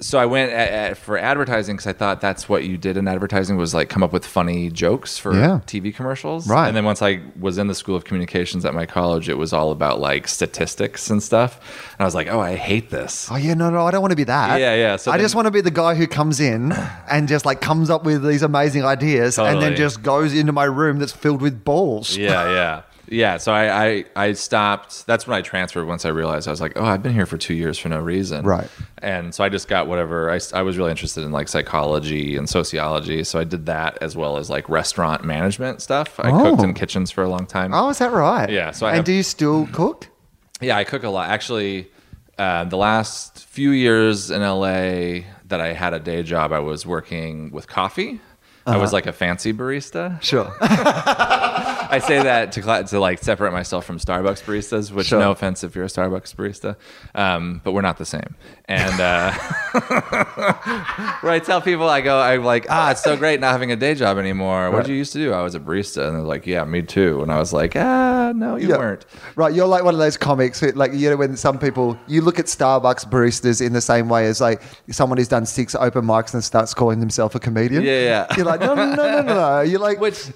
[SPEAKER 3] so I went at, at, for advertising because I thought that's what you did in advertising was like come up with funny jokes for
[SPEAKER 2] Yeah.
[SPEAKER 3] TV commercials,
[SPEAKER 2] Right.
[SPEAKER 3] And then once I was in the School of Communications at my college, it was all about like statistics and stuff. And I was like, oh, I hate this.
[SPEAKER 2] Oh yeah, no, no, I don't want to be that.
[SPEAKER 3] Yeah, yeah, so
[SPEAKER 2] I just
[SPEAKER 3] then-
[SPEAKER 2] want to be the guy who comes in and just like comes up with these amazing ideas and then
[SPEAKER 3] Totally.
[SPEAKER 2] just goes into my room that's filled with balls.
[SPEAKER 3] yeah, yeah, yeah. So I, I I stopped. That's when I transferred. Once I realized I was like, oh, I've been here for two years for no reason,
[SPEAKER 2] Right.
[SPEAKER 3] And so I just got whatever. I s- I was really interested in like psychology and sociology, so I did that as well as like restaurant management stuff. I cooked
[SPEAKER 2] Oh.
[SPEAKER 3] in kitchens for a long time.
[SPEAKER 2] Oh, is that right?
[SPEAKER 3] Yeah, so I
[SPEAKER 2] and
[SPEAKER 3] have-
[SPEAKER 2] do you still cook?
[SPEAKER 3] Yeah, I cook a lot. Actually, uh, the last few years in LA that I had a day job, I was working with coffee. I was like a fancy barista.
[SPEAKER 2] Uh-huh. Sure.
[SPEAKER 3] I say that to cla- to like separate myself from Starbucks baristas, which
[SPEAKER 2] Sure.
[SPEAKER 3] no offense if you're a Starbucks barista, um, but we're not the same. And uh, where I tell people, I go, I'm like, ah, it's so great not having a day job anymore. What did you used to do? I was a barista, and they're like, yeah, me too. And I was like, ah, no, you
[SPEAKER 2] Yeah.
[SPEAKER 3] weren't.
[SPEAKER 2] Right, you're like one of those comics, who, like you know, when some people you look at Starbucks baristas in the same way as like someone who's done six open mics and starts calling himself a comedian.
[SPEAKER 3] Yeah, yeah.
[SPEAKER 2] You're like, no, no, no, no, no. You're like,
[SPEAKER 3] which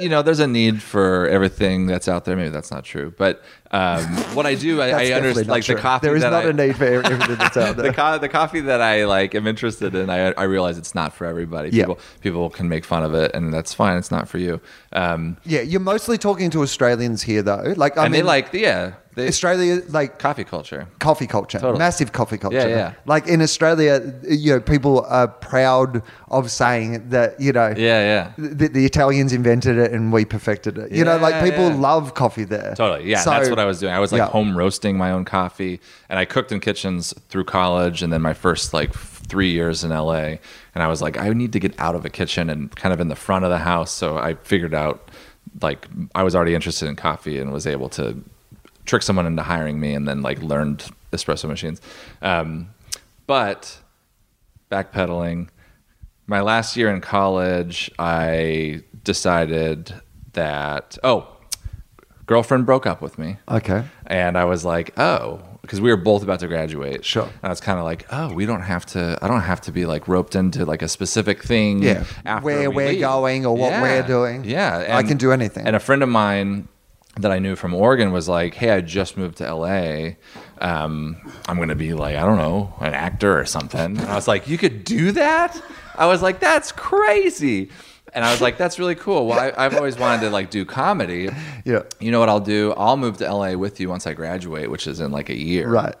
[SPEAKER 3] you know there's a need for everything that's out there maybe that's not true but um, what i do i,
[SPEAKER 2] that's
[SPEAKER 3] I
[SPEAKER 2] definitely
[SPEAKER 3] understand
[SPEAKER 2] not
[SPEAKER 3] like
[SPEAKER 2] true.
[SPEAKER 3] the coffee
[SPEAKER 2] There is
[SPEAKER 3] that
[SPEAKER 2] not
[SPEAKER 3] I-
[SPEAKER 2] a need for everything that's out
[SPEAKER 3] the,
[SPEAKER 2] there.
[SPEAKER 3] co- the coffee that I like am interested in, I, I realize it's not for everybody.
[SPEAKER 2] Yeah.
[SPEAKER 3] People people can make fun of it, and that's fine. It's not for you. Um,
[SPEAKER 2] yeah, you're mostly talking to Australians here, though. Like, I
[SPEAKER 3] and
[SPEAKER 2] mean,
[SPEAKER 3] they like, yeah, they,
[SPEAKER 2] Australia, like
[SPEAKER 3] coffee culture.
[SPEAKER 2] coffee culture,
[SPEAKER 3] Totally.
[SPEAKER 2] massive coffee culture.
[SPEAKER 3] yeah.
[SPEAKER 2] Like in Australia, you know, people are proud of saying that, you know,
[SPEAKER 3] Yeah, yeah.
[SPEAKER 2] The, the Italians invented it and we perfected it. You know, like
[SPEAKER 3] Yeah,
[SPEAKER 2] people
[SPEAKER 3] yeah.
[SPEAKER 2] love coffee there.
[SPEAKER 3] Totally. Yeah.
[SPEAKER 2] So-
[SPEAKER 3] that's what I was doing. I was like
[SPEAKER 2] yeah.
[SPEAKER 3] home roasting my own coffee and I cooked in kitchens through college and then my first like f- three years in LA. And I was like, I need to get out of a kitchen and kind of in the front of the house. So I figured out like I was already interested in coffee and was able to trick someone into hiring me and then like learned espresso machines. Um, but backpedaling. My last year in college, I decided that, oh, girlfriend broke up with me.
[SPEAKER 2] Okay.
[SPEAKER 3] And I was like, oh, because we were both about to graduate.
[SPEAKER 2] Sure.
[SPEAKER 3] And I was kind of like, oh, we don't have to. I don't have to be like roped into like a specific thing.
[SPEAKER 2] Yeah.
[SPEAKER 3] after
[SPEAKER 2] Where
[SPEAKER 3] we
[SPEAKER 2] we're
[SPEAKER 3] leave.
[SPEAKER 2] going or what we're doing.
[SPEAKER 3] Yeah,
[SPEAKER 2] I can do anything.
[SPEAKER 3] And a friend of mine that I knew from Oregon was like, "Hey, I just moved to LA. Um, I'm going to be like, I don't know, an actor or something." And I was like, "You could do that?" I was like, "That's crazy." And I was like, "That's really cool. Well, I, I've always wanted to like do comedy.
[SPEAKER 2] Yeah.
[SPEAKER 3] You know what I'll do? I'll move to LA with you once I graduate, which is in like a year.
[SPEAKER 2] Right.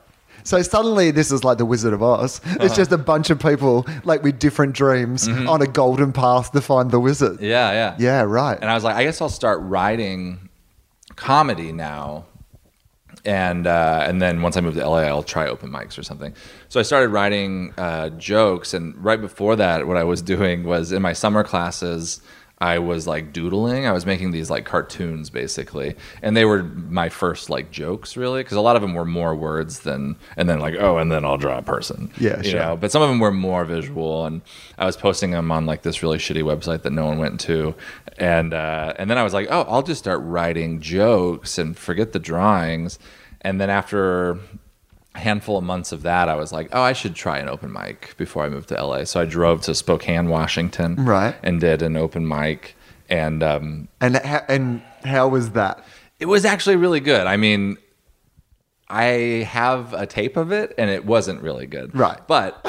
[SPEAKER 2] So suddenly, this is like the Wizard of Oz.
[SPEAKER 3] Uh-huh.
[SPEAKER 2] It's just a bunch of people, like with different dreams, on a golden path to find the wizard.
[SPEAKER 3] Yeah, Mm-hmm. yeah,
[SPEAKER 2] Yeah, right.
[SPEAKER 3] And I was like, I guess I'll start writing comedy now. And uh, and then once I move to LA, I'll try open mics or something. So I started writing uh, jokes, and right before that, what I was doing was in my summer classes, I was like doodling. I was making these like cartoons basically, and they were my first like jokes really, because a lot of them were more words than and then like oh, and then I'll draw a person.
[SPEAKER 2] Yeah,
[SPEAKER 3] you
[SPEAKER 2] sure.
[SPEAKER 3] know? but some of them were more visual and i was posting them on like this really shitty website that no one went to and uh, and then i was like oh i'll just start writing jokes and forget the drawings and then after a handful of months of that i was like oh i should try an open mic before i moved to la so i drove to spokane washington
[SPEAKER 2] Right.
[SPEAKER 3] and did an open mic and um,
[SPEAKER 2] And ha- and how was that?
[SPEAKER 3] it was actually really good. I mean, I have a tape of it, and it wasn't really good.
[SPEAKER 2] Right.
[SPEAKER 3] but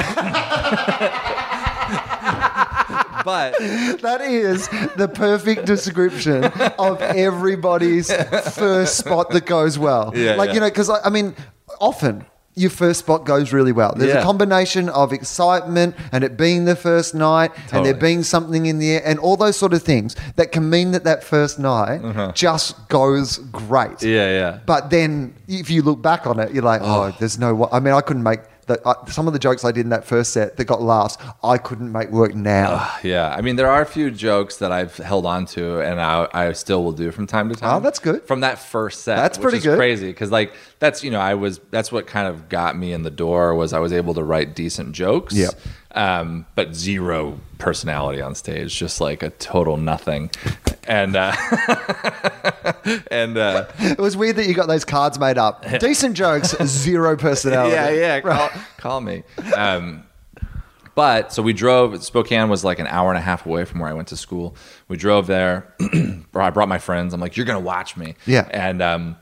[SPEAKER 3] but
[SPEAKER 2] That is the perfect description of everybody's first spot that goes well.
[SPEAKER 3] Yeah,
[SPEAKER 2] like
[SPEAKER 3] yeah.
[SPEAKER 2] you know, because I, I mean, often your first spot goes really well. There's a
[SPEAKER 3] Yeah.
[SPEAKER 2] combination of excitement and it being the first night, and there
[SPEAKER 3] Totally.
[SPEAKER 2] being something in the air, and all those sort of things that can mean that that first night just goes great.
[SPEAKER 3] Uh-huh. yeah, yeah.
[SPEAKER 2] But then, if you look back on it, you're like, oh, there's no. wa- I mean, I couldn't make the, uh, some of the jokes I did in that first set that got laughs. I couldn't make work now.
[SPEAKER 3] Yeah, I mean, there are a few jokes that I've held on to, and I, I still will do from time to time.
[SPEAKER 2] Oh, that's good.
[SPEAKER 3] From that first set,
[SPEAKER 2] That's
[SPEAKER 3] which
[SPEAKER 2] pretty
[SPEAKER 3] is
[SPEAKER 2] good.
[SPEAKER 3] Crazy, because like that's you know I was that's what kind of got me in the door was I was able to write decent jokes.
[SPEAKER 2] Yep.
[SPEAKER 3] Um, but zero personality on stage, just like a total nothing, and uh, and uh,
[SPEAKER 2] it was weird that you got those cards made up. Decent jokes, zero personality.
[SPEAKER 3] yeah, yeah, call, call me. Um, but so we drove. Spokane was like an hour and a half away from where I went to school. We drove there. bro- I brought my friends. I'm like, you're gonna watch me.
[SPEAKER 2] Yeah.
[SPEAKER 3] And um,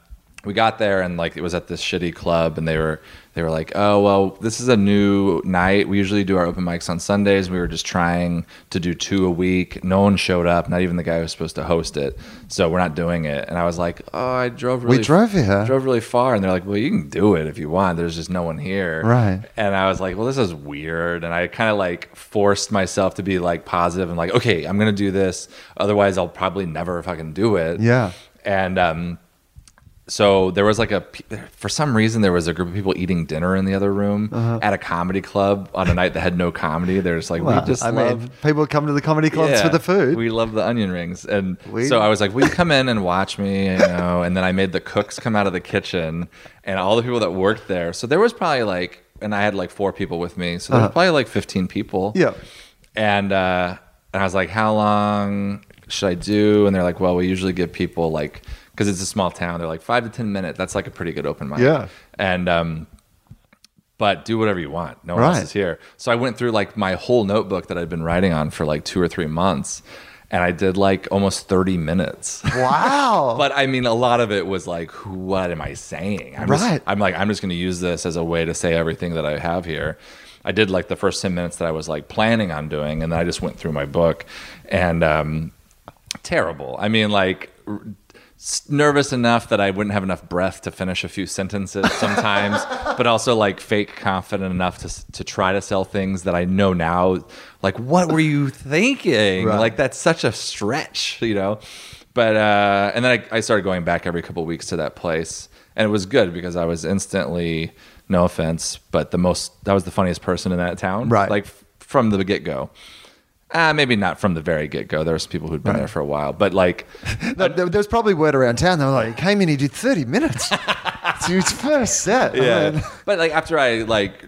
[SPEAKER 3] we got there, and like it was at this shitty club, and they were they were like, oh well, this is a new night. We usually do our open mics on Sundays. We were just trying to do two a week. No one showed up, not even the guy who was supposed to host it. So we're not doing it. And I was like, oh, I drove. Really
[SPEAKER 2] drove here.
[SPEAKER 3] Drove really far, and they're like, well, you can do it if you want. There's just no one here.
[SPEAKER 2] Right.
[SPEAKER 3] And I was like, well, this is weird. And I kind of like forced myself to be like positive and like, okay, I'm going to do this. Otherwise, I'll probably never fucking do it.
[SPEAKER 2] Yeah.
[SPEAKER 3] And um, so there was like a, pe- for some reason, there was a group of people eating dinner in the other room
[SPEAKER 2] Uh-huh.
[SPEAKER 3] at a comedy club on a night that had no comedy. They're just like,
[SPEAKER 2] Well,
[SPEAKER 3] we just
[SPEAKER 2] I
[SPEAKER 3] love.
[SPEAKER 2] mean, people come to the comedy clubs for
[SPEAKER 3] Yeah,
[SPEAKER 2] the food.
[SPEAKER 3] We love the onion rings. And
[SPEAKER 2] We-
[SPEAKER 3] so I was like, will you come in and watch me? You know, and then I made the cooks come out of the kitchen and all the people that worked there. So there was probably like, and I had like four people with me. So there was probably like 15 people.
[SPEAKER 2] Uh-huh. Yeah.
[SPEAKER 3] And, uh, and I was like, how long should I do? And they're like, well, we usually give people like, because it's a small town, they're like five to 10 minutes. That's like a pretty good open mic.
[SPEAKER 2] Yeah.
[SPEAKER 3] And, um, but do whatever you want. No one
[SPEAKER 2] Right.
[SPEAKER 3] else is here. So I went through like my whole notebook that I'd been writing on for like two or three months, and I did like almost thirty minutes.
[SPEAKER 2] Oh. wow.
[SPEAKER 3] But I mean, a lot of it was like, who- what am I saying? I'm just-
[SPEAKER 2] Right.
[SPEAKER 3] I'm like, I'm just going to use this as a way to say everything that I have here. I did like the first 10 minutes that I was like planning on doing, and then I just went through my book and, um, terrible. I mean, like, r- s- nervous enough that I wouldn't have enough breath to finish a few sentences sometimes, but also like fake confident enough to, s- to try to sell things that I know now. Like, what were you thinking?
[SPEAKER 2] Right.
[SPEAKER 3] Like, that's such a stretch, you know? But, uh, and then I, I started going back every couple weeks to that place. And it was good because I was instantly, no offense, but the most, that was the funniest person in that town.
[SPEAKER 2] Right.
[SPEAKER 3] Like, f- from the get go. Uh, maybe not from the very get go. There was people who'd been there for a while, but like,
[SPEAKER 2] No, there, there's probably word around town. They were like, he came in, he did 30 minutes. it's his first set. I mean,
[SPEAKER 3] but like after I like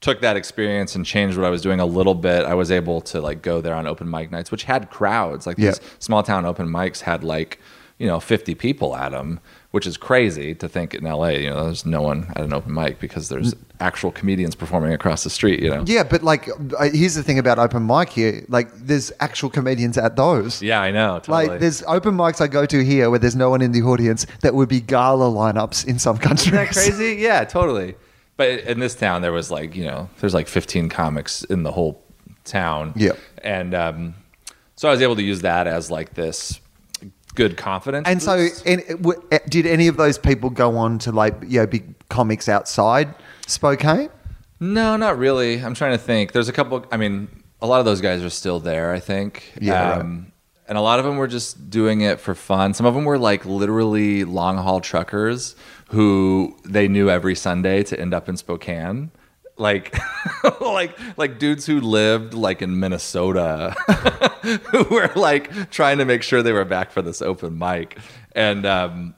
[SPEAKER 3] took that experience and changed what I was doing a little bit, I was able to like go there on open mic nights, which had crowds. Like
[SPEAKER 2] Yeah.
[SPEAKER 3] these small town open mics had like. you know 50 people at them which is crazy to think in LA you know there's no one at an open mic because there's actual comedians performing across the street you know
[SPEAKER 2] Yeah, but like, I- here's the thing about open mic here. Like, there's actual comedians at those.
[SPEAKER 3] yeah I know totally.
[SPEAKER 2] Like, there's open mics I go to here where there's no one in the audience that would be gala lineups in some countries.
[SPEAKER 3] Isn't that crazy? Yeah, totally. But in this town, there was like you know, there's like 15 comics in the whole town.
[SPEAKER 2] Yeah.
[SPEAKER 3] and um, so I was able to use that as like this good confidence.
[SPEAKER 2] And so,
[SPEAKER 3] boost.
[SPEAKER 2] and, uh, w- did any of those people go on to like, you know, be comics outside Spokane?
[SPEAKER 3] no, not really. I'm trying to think. There's a couple. I mean, a lot of those guys are still there. I think. Um,
[SPEAKER 2] Yeah,
[SPEAKER 3] And a lot of them were just doing it for fun. Some of them were like literally long haul truckers who they knew every Sunday to end up in Spokane. Like, like, like dudes who lived like in Minnesota who were like trying to make sure they were back for this open mic. And um,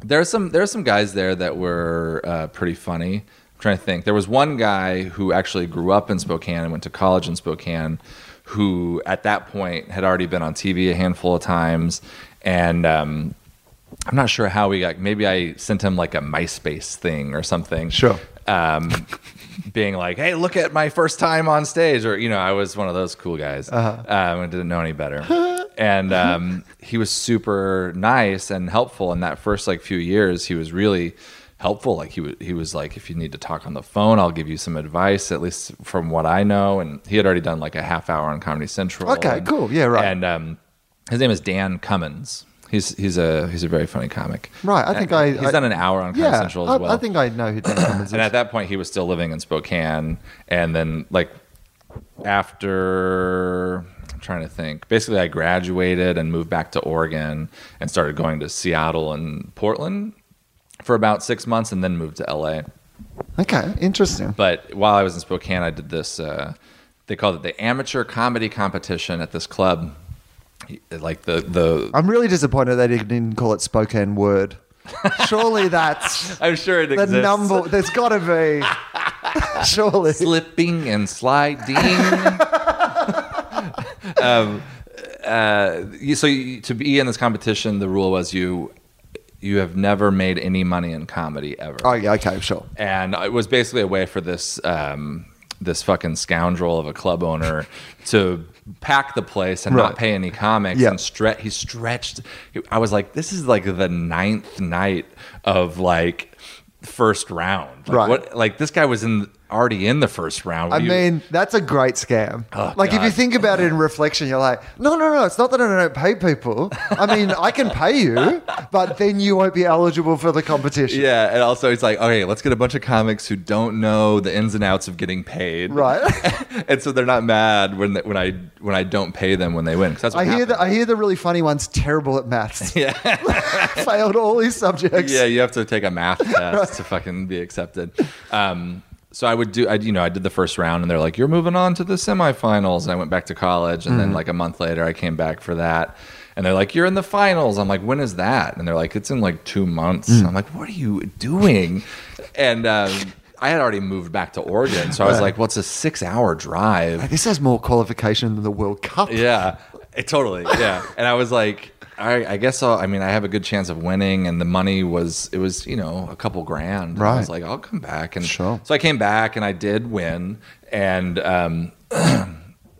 [SPEAKER 3] there are some there are some guys there that were uh, pretty funny. I'm trying to think. There was one guy who actually grew up in Spokane and went to college in Spokane, who at that point had already been on TV a handful of times, and um, I'm not sure how we got. Maybe I sent him like a MySpace thing or something.
[SPEAKER 2] Sure.
[SPEAKER 3] Um, being like, "Hey, look at my first time on stage," or you know, I was one of those cool guys.
[SPEAKER 2] Uh-huh.
[SPEAKER 3] Um, I didn't know any better, and um, he was super nice and helpful. In that first like few years, he was really helpful. Like he was, he was like, "If you need to talk on the phone, I'll give you some advice." At least from what I know, and he had already done like a half hour on Comedy Central.
[SPEAKER 2] Okay,
[SPEAKER 3] and-
[SPEAKER 2] cool. Yeah, right.
[SPEAKER 3] And um, his name is Dan Cummins. He's he's a he's a very funny comic.
[SPEAKER 2] Right, I think I-
[SPEAKER 3] he's
[SPEAKER 2] I-
[SPEAKER 3] done an hour on Comedy
[SPEAKER 2] yeah,
[SPEAKER 3] Central
[SPEAKER 2] I,
[SPEAKER 3] as well.
[SPEAKER 2] I think I know who Dan Cummins
[SPEAKER 3] and
[SPEAKER 2] is.
[SPEAKER 3] at that point, he was still living in Spokane, and then like after I'm trying to think. Basically, I graduated and moved back to Oregon and started going to Seattle and Portland for about six months, and then moved to LA.
[SPEAKER 2] Okay, interesting.
[SPEAKER 3] But while I was in Spokane, I did this. Uh, they called it the amateur comedy competition at this club. Like the the
[SPEAKER 2] I'm really disappointed they didn't even call it Spokane Word. Surely that's
[SPEAKER 3] I'm sure it
[SPEAKER 2] the
[SPEAKER 3] exists.
[SPEAKER 2] number. There's got to be. Surely.
[SPEAKER 3] slipping and sliding. um, uh, you- so you, to be in this competition, the rule was you you have never made any money in comedy ever
[SPEAKER 2] Oh, yeah, okay, sure.
[SPEAKER 3] and it was basically a way for this um, this fucking scoundrel of a club owner to pack the place and
[SPEAKER 2] Right.
[SPEAKER 3] not pay any comics
[SPEAKER 2] Yeah.
[SPEAKER 3] and stretch. He stretched. I was like, this is like the ninth night of like first round. Like,
[SPEAKER 2] Right.
[SPEAKER 3] What? Like this guy was in already in the first round.
[SPEAKER 2] I
[SPEAKER 3] What do you- Oh,
[SPEAKER 2] mean, that's a great scam. like, if you
[SPEAKER 3] God.
[SPEAKER 2] think about it in reflection, you're like, no, no, no, it's not that I don't pay people. I mean, I can pay you, but then you won't be eligible for the competition.
[SPEAKER 3] Yeah, and also it's like, okay, let's get a bunch of comics who don't know the ins and outs of getting paid,
[SPEAKER 2] Right.
[SPEAKER 3] and so they're not mad when when I when I don't pay them when they win. 'cause that's what
[SPEAKER 2] I hear
[SPEAKER 3] happened.
[SPEAKER 2] the I hear the really funny one's terrible at maths. Yeah, failed all his subjects.
[SPEAKER 3] Yeah, you have to take a math test to fucking be accepted. Um, so I would do, I, you know, I did the first round, and they're like, "You're moving on to the semifinals." And I went back to college, and then like a month later, I came back for that, and they're like, "You're in the finals." I'm like, "When is that?" And they're like, "It's in like two months." I'm like, "What are you doing?" And um, I had already moved back to Oregon, so I was like, "Well, it's a six-hour drive."
[SPEAKER 2] This has more qualification than the World Cup.
[SPEAKER 3] Yeah, it, totally. Yeah, and I was like, I, I guess I'll, I mean I have a good chance of winning, and the money was it was you know a couple grand. And I was
[SPEAKER 2] Right.
[SPEAKER 3] like, I'll come back, and
[SPEAKER 2] Sure.
[SPEAKER 3] so I came back, and I did win, and um,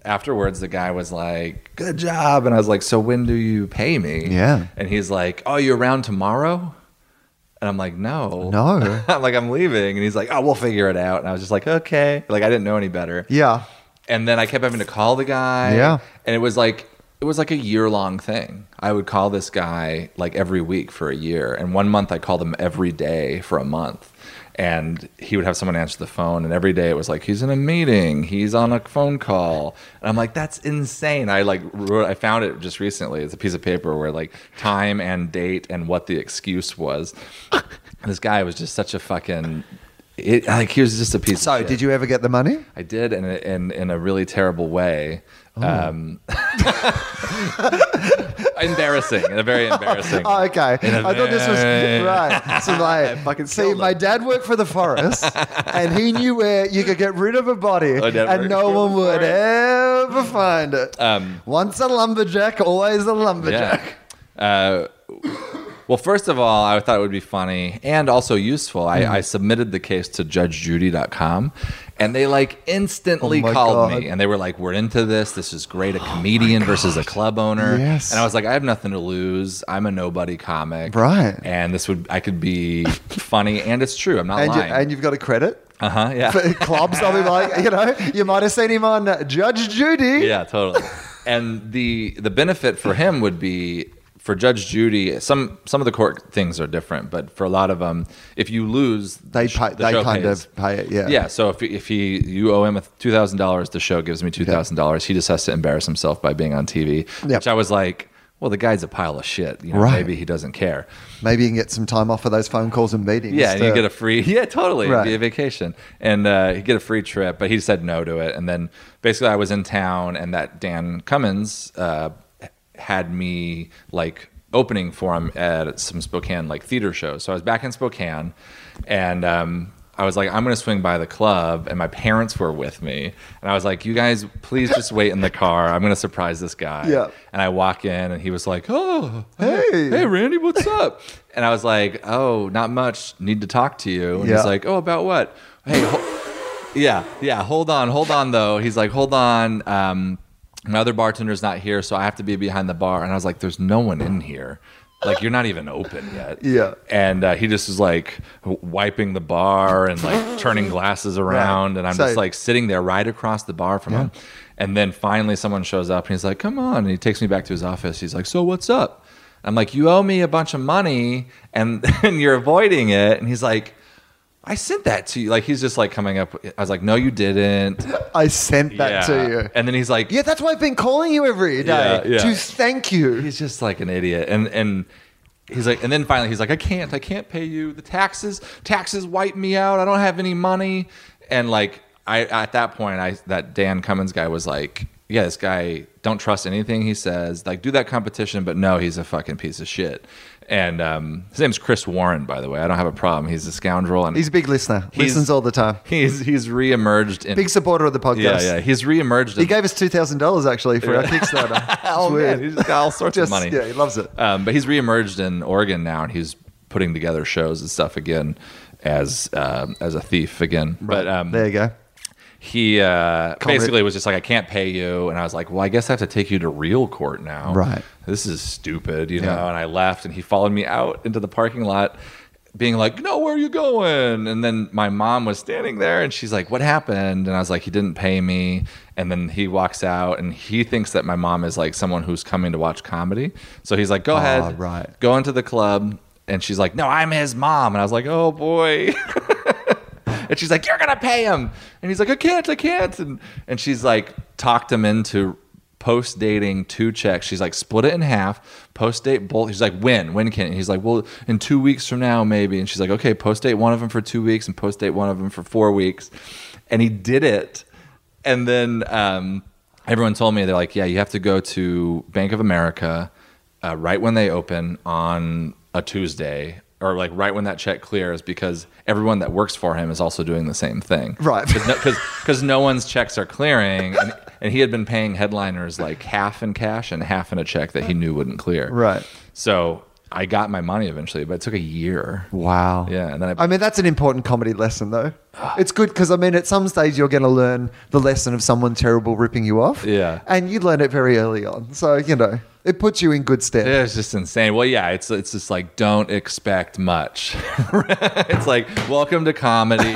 [SPEAKER 3] afterwards the guy was like, "Good job," and I was like, "So when do you pay me?"
[SPEAKER 2] Yeah.
[SPEAKER 3] and he's like, "Oh, you're around tomorrow." And I'm like, no,
[SPEAKER 2] No.
[SPEAKER 3] I'm like, I'm leaving, and he's like, oh, we'll figure it out. And I was just like, okay, like I didn't know any better
[SPEAKER 2] Yeah.
[SPEAKER 3] and then I kept having to call the guy.
[SPEAKER 2] Yeah.
[SPEAKER 3] and it was like it was like a year long thing. I would call this guy like every week for a year, and one month I called him every day for a month. And he would have someone answer the phone, and every day it was like he's in a meeting, he's on a phone call, and I'm like, that's insane. I like wrote, I found it just recently. It's a piece of paper where like time and date and what the excuse was. And this guy was just such a fucking, it, like he was just a piece.
[SPEAKER 2] So,
[SPEAKER 3] of shit.
[SPEAKER 2] did you ever get the money?
[SPEAKER 3] I did, and in, in in a really terrible way.
[SPEAKER 2] Oh.
[SPEAKER 3] Um, embarrassing, in a very embarrassing.
[SPEAKER 2] Oh, okay. I
[SPEAKER 3] In a
[SPEAKER 2] thought this was
[SPEAKER 3] very-
[SPEAKER 2] right. So, like,
[SPEAKER 3] fucking
[SPEAKER 2] see,
[SPEAKER 3] killed
[SPEAKER 2] my
[SPEAKER 3] him.
[SPEAKER 2] dad worked for the forest, and he knew where you could get rid of a body,
[SPEAKER 3] My dad
[SPEAKER 2] and
[SPEAKER 3] worked
[SPEAKER 2] no
[SPEAKER 3] for
[SPEAKER 2] one
[SPEAKER 3] the
[SPEAKER 2] would
[SPEAKER 3] forest.
[SPEAKER 2] ever find it.
[SPEAKER 3] Um,
[SPEAKER 2] Once a lumberjack, always a lumberjack.
[SPEAKER 3] yeah. Uh, Well, first of all, I thought it would be funny and also useful. I,
[SPEAKER 2] Mm.
[SPEAKER 3] I submitted the case to judgejudy.com and they like instantly
[SPEAKER 2] Oh my
[SPEAKER 3] called
[SPEAKER 2] God. Oh
[SPEAKER 3] me and they were like, We're into this. This is great. A comedian versus a club owner.
[SPEAKER 2] Yes.
[SPEAKER 3] And I was like, I have nothing to lose. I'm a nobody comic.
[SPEAKER 2] Right.
[SPEAKER 3] And this would, I could be funny and it's true. I'm not
[SPEAKER 2] And, you,
[SPEAKER 3] lying.
[SPEAKER 2] and you've got a credit
[SPEAKER 3] uh huh. Yeah.
[SPEAKER 2] for clubs. I mean, like, you know, you might have seen him on uh, Judge Judy.
[SPEAKER 3] yeah, totally. And the the benefit for him would be for Judge Judy. Some some of the court things are different, but for a lot of them, if you lose, the
[SPEAKER 2] They
[SPEAKER 3] sh-
[SPEAKER 2] pay,
[SPEAKER 3] the
[SPEAKER 2] they
[SPEAKER 3] show
[SPEAKER 2] kind
[SPEAKER 3] pays.
[SPEAKER 2] of pay it. Yeah.
[SPEAKER 3] Yeah, so if, if he you owe him two thousand dollars, the show gives me two thousand dollars. He just has to embarrass himself by being on TV.
[SPEAKER 2] Yeah.
[SPEAKER 3] Which I was like, well, the guy's a pile of shit. You know,
[SPEAKER 2] Right.
[SPEAKER 3] Maybe he doesn't care.
[SPEAKER 2] Maybe you can get some time off for those phone calls and meetings.
[SPEAKER 3] Yeah, and you
[SPEAKER 2] to-
[SPEAKER 3] get a free yeah, totally it'd be
[SPEAKER 2] Right.
[SPEAKER 3] a vacation, and uh, you get a free trip. But he said no to it, and then basically I was in town, and that Dan Cummins uh, had me like opening for him at some Spokane like theater shows. So I was back in Spokane, and. Um, I was like, I'm gonna swing by the club, and my parents were with me, and I was like, "You guys, please just wait in the car. I'm gonna surprise this guy."
[SPEAKER 2] Yeah.
[SPEAKER 3] And I walk in, and he was like, "Oh,
[SPEAKER 2] Hey.
[SPEAKER 3] hey, Randy, what's up? And I was like, oh, not much. Need to talk to you. And
[SPEAKER 2] Yeah.
[SPEAKER 3] he's like, oh, about what? Hey, ho- yeah, yeah. Hold on, hold on, though. He's like, hold on. Um, my other bartender's not here, so I have to be behind the bar. And I was like, there's no one in here. Like you're not even open yet.
[SPEAKER 2] Yeah.
[SPEAKER 3] And uh, he just was like wiping the bar and like turning glasses around, and I'm
[SPEAKER 2] So-
[SPEAKER 3] just like sitting there right across the bar from him. And then finally, someone shows up and he's like, Come on. And he takes me back to his office. He's like, So what's up? I'm like, You owe me a bunch of money and, and you're avoiding it. And he's like, I sent that to you. Like, he's just like coming up. I was like, No, you didn't.
[SPEAKER 2] I sent that
[SPEAKER 3] Yeah.
[SPEAKER 2] to you.
[SPEAKER 3] And then he's like,
[SPEAKER 2] yeah, that's why I've been calling you every day
[SPEAKER 3] Yeah, yeah.
[SPEAKER 2] to thank you.
[SPEAKER 3] He's just like an idiot. And, and, He's like, and then finally he's like, I can't, I can't pay you the taxes. Taxes wipe me out. I don't have any money. And like, I at that point, I that Dan Cummins guy was like, yeah, this guy don't trust anything he says. Like, do that competition, but no, he's a fucking piece of shit. And um, his name's Chris Warren, by the way. I don't have a problem. He's a scoundrel, and
[SPEAKER 2] He's a big listener. Listens all the time.
[SPEAKER 3] He's he's reemerged in
[SPEAKER 2] Big supporter of the podcast.
[SPEAKER 3] yeah yeah he's reemerged.
[SPEAKER 2] He
[SPEAKER 3] In,
[SPEAKER 2] gave us two thousand dollars actually for our Kickstarter.
[SPEAKER 3] oh
[SPEAKER 2] It's
[SPEAKER 3] man,
[SPEAKER 2] weird.
[SPEAKER 3] he's got all sorts
[SPEAKER 2] Just
[SPEAKER 3] of money.
[SPEAKER 2] yeah, he loves it.
[SPEAKER 3] Um, but he's reemerged in Oregon now, and he's putting together shows and stuff again as um as a thief again. But um,
[SPEAKER 2] there you go.
[SPEAKER 3] he uh,
[SPEAKER 2] Comment.
[SPEAKER 3] basically was just like, "I can't pay you," and I was like, "Well, I guess I have to take you to real court now."
[SPEAKER 2] Right.
[SPEAKER 3] This is stupid, you
[SPEAKER 2] Yeah.
[SPEAKER 3] know. And I left, and he followed me out into the parking lot, being like, "No, where are you going?" And then my mom was standing there, and she's like, "What happened?" And I was like, "He didn't pay me." And then he walks out, and he thinks that my mom is like someone who's coming to watch comedy. So he's like, "Go ahead,
[SPEAKER 2] right.
[SPEAKER 3] Go into the club." And she's like, "No, I'm his mom." And I was like, "Oh boy." And she's like, "You're gonna pay him," and he's like, "I can't, I can't." And and she's like, talked him into post dating two checks. She's like, split it in half. Post date both. He's like, "When? When can?" And he's like, "Well, in two weeks from now, maybe." And she's like, "Okay, post date one of them for two weeks, and post date one of them for four weeks," and he did it. And then um, everyone told me they're like, "Yeah, you have to go to Bank of America." uh, right when they open on a Tuesday or like right when that check clears because everyone that works for him is also doing the same thing.
[SPEAKER 2] Right.
[SPEAKER 3] Because no, one's checks are clearing. And, and he had been paying headliners like half in cash and half in a check that he knew wouldn't clear.
[SPEAKER 2] Right.
[SPEAKER 3] So I got my money eventually, but it took a year.
[SPEAKER 2] Wow.
[SPEAKER 3] Yeah. And then I,
[SPEAKER 2] I mean, that's an important comedy lesson, though. It's good because, I mean, at some stage you're going to learn the lesson of someone terrible ripping you off.
[SPEAKER 3] Yeah.
[SPEAKER 2] And you learn it very early on. So, you know, it puts you in good stead.
[SPEAKER 3] It was just insane. Well, yeah, it's it's just like don't expect much. it's like welcome to comedy.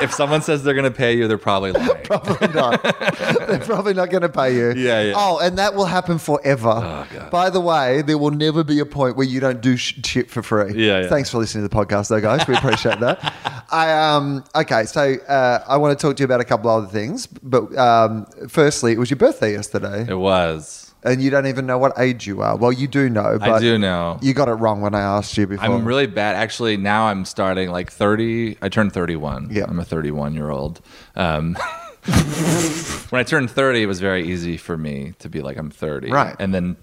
[SPEAKER 3] if someone says they're gonna pay you, they're probably lying.
[SPEAKER 2] Probably not. They're probably not going to pay you.
[SPEAKER 3] Yeah, yeah.
[SPEAKER 2] Oh, and that will happen forever.
[SPEAKER 3] God.
[SPEAKER 2] By the way, there will never be a point where you don't do sh- shit for free.
[SPEAKER 3] Yeah, yeah.
[SPEAKER 2] Thanks for listening to the podcast, though, guys. We appreciate that. I um okay, so uh, I want to talk to you about a couple other things, but um, firstly, it was your birthday yesterday,
[SPEAKER 3] It was.
[SPEAKER 2] and you don't even know what age you are. Well, you do know, but
[SPEAKER 3] I do know.
[SPEAKER 2] You got it wrong when I asked you before.
[SPEAKER 3] I'm really bad. Actually, now I'm starting like 30. I turned 31.
[SPEAKER 2] Yeah.
[SPEAKER 3] I'm a 31 year old. Um, when I turned 30, it was very easy for me to be like, I'm 30.
[SPEAKER 2] Right.
[SPEAKER 3] And then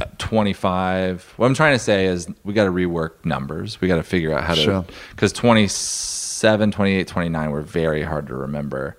[SPEAKER 3] uh, 25. What I'm trying to say is we got to rework numbers. We got to figure out how to.
[SPEAKER 2] Sure.
[SPEAKER 3] Because 27, 28, 29 were very hard to remember.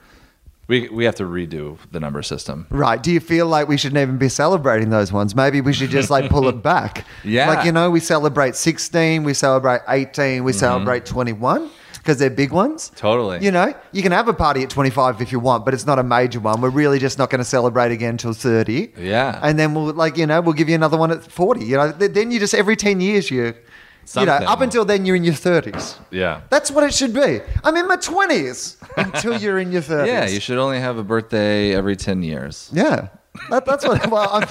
[SPEAKER 3] We we have to redo the number system.
[SPEAKER 2] Right. Do you feel like we shouldn't even be celebrating those ones? Maybe we should just like pull it back.
[SPEAKER 3] Yeah.
[SPEAKER 2] Like, you know, we celebrate 16, we celebrate 18, we celebrate 21 because they're big ones.
[SPEAKER 3] Mm-hmm. Totally.
[SPEAKER 2] You know, you can have a party at 25 if you want, but it's not a major one. We're really just not going to celebrate again until 30.
[SPEAKER 3] Yeah.
[SPEAKER 2] And then we'll, like, you know, we'll give you another one at 40. You know, Th- then you just every 10 years, you, you know,
[SPEAKER 3] Something.
[SPEAKER 2] up until then, you're in your 30s.
[SPEAKER 3] Yeah.
[SPEAKER 2] That's what it should be. I'm in my 20s until you're in your 30s.
[SPEAKER 3] Yeah, you should only have a birthday every 10 years.
[SPEAKER 2] Yeah. That, that's what. Well,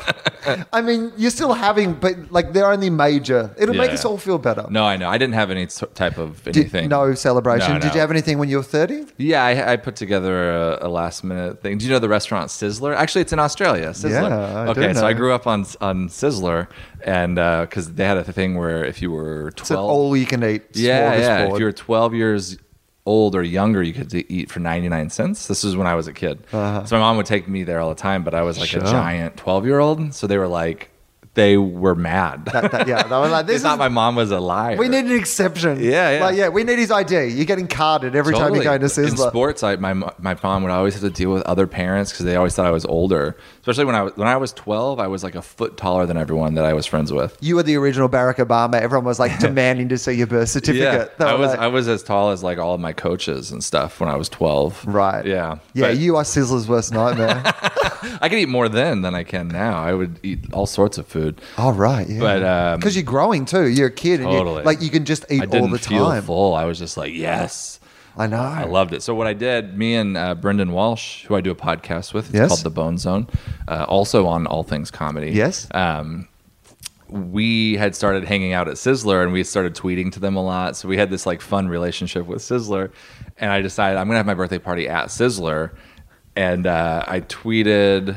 [SPEAKER 2] I'm, I mean, you're still having, but like they're only major. It'll make
[SPEAKER 3] Yeah.
[SPEAKER 2] us all feel better.
[SPEAKER 3] No, I know. I didn't have any t- type of
[SPEAKER 2] Did,
[SPEAKER 3] anything.
[SPEAKER 2] no celebration.
[SPEAKER 3] No,
[SPEAKER 2] Did
[SPEAKER 3] no.
[SPEAKER 2] you have anything when you were 30?
[SPEAKER 3] Yeah, I, I put together a, a last minute thing. Do you know the restaurant Sizzler? Actually, it's in Australia. Sizzler.
[SPEAKER 2] Yeah, I do
[SPEAKER 3] okay, so I
[SPEAKER 2] know.
[SPEAKER 3] grew up on on Sizzler, and because they had a thing where if you were
[SPEAKER 2] It's an
[SPEAKER 3] twelve,
[SPEAKER 2] all you can eat.
[SPEAKER 3] yeah,
[SPEAKER 2] smorgasbord.
[SPEAKER 3] yeah, if you were twelve years old or younger, you could eat for ninety nine cents. This was when I was a kid, so my mom would take me there all the time. But I was like
[SPEAKER 2] Uh-huh. Sure.
[SPEAKER 3] a giant twelve year old, so they were like, they were mad.
[SPEAKER 2] That- that- yeah, they were like,
[SPEAKER 3] they
[SPEAKER 2] this is,
[SPEAKER 3] thought my mom was a liar.
[SPEAKER 2] we need an exception.
[SPEAKER 3] Yeah, yeah.
[SPEAKER 2] Like, yeah, we need his ID. You're getting carded every time you go into
[SPEAKER 3] Totally. In
[SPEAKER 2] Sizzler.
[SPEAKER 3] sports, I, my my mom would always have to deal with other parents because they always thought I was older. Especially when I was when I was twelve, I was like a foot taller than everyone that I was friends with.
[SPEAKER 2] you were the original Barack Obama. Everyone was like demanding to see your birth certificate. They
[SPEAKER 3] I
[SPEAKER 2] were
[SPEAKER 3] was
[SPEAKER 2] like-
[SPEAKER 3] I was as tall as like all of my coaches and stuff when I was twelve.
[SPEAKER 2] right.
[SPEAKER 3] Yeah.
[SPEAKER 2] Yeah,
[SPEAKER 3] But
[SPEAKER 2] you are Sizzler's worst nightmare.
[SPEAKER 3] I could eat more then than I can now. I would eat all sorts of food.
[SPEAKER 2] Oh right, yeah.
[SPEAKER 3] But, um,
[SPEAKER 2] because you're growing too, you're a kid, and you,
[SPEAKER 3] Totally.
[SPEAKER 2] like you can just eat
[SPEAKER 3] I didn't
[SPEAKER 2] all the
[SPEAKER 3] feel
[SPEAKER 2] time.
[SPEAKER 3] full. I was just like, yes.
[SPEAKER 2] I know.
[SPEAKER 3] I loved it. So what I did, me and uh, Brendan Walsh, who I do a podcast with, it's
[SPEAKER 2] Yes.
[SPEAKER 3] called The Bone Zone, uh, also on All Things Comedy.
[SPEAKER 2] Yes.
[SPEAKER 3] Um, we had started hanging out at Sizzler and we started tweeting to them a lot. So we had this like fun relationship with Sizzler. And I decided I'm going to have my birthday party at Sizzler. And uh, I tweeted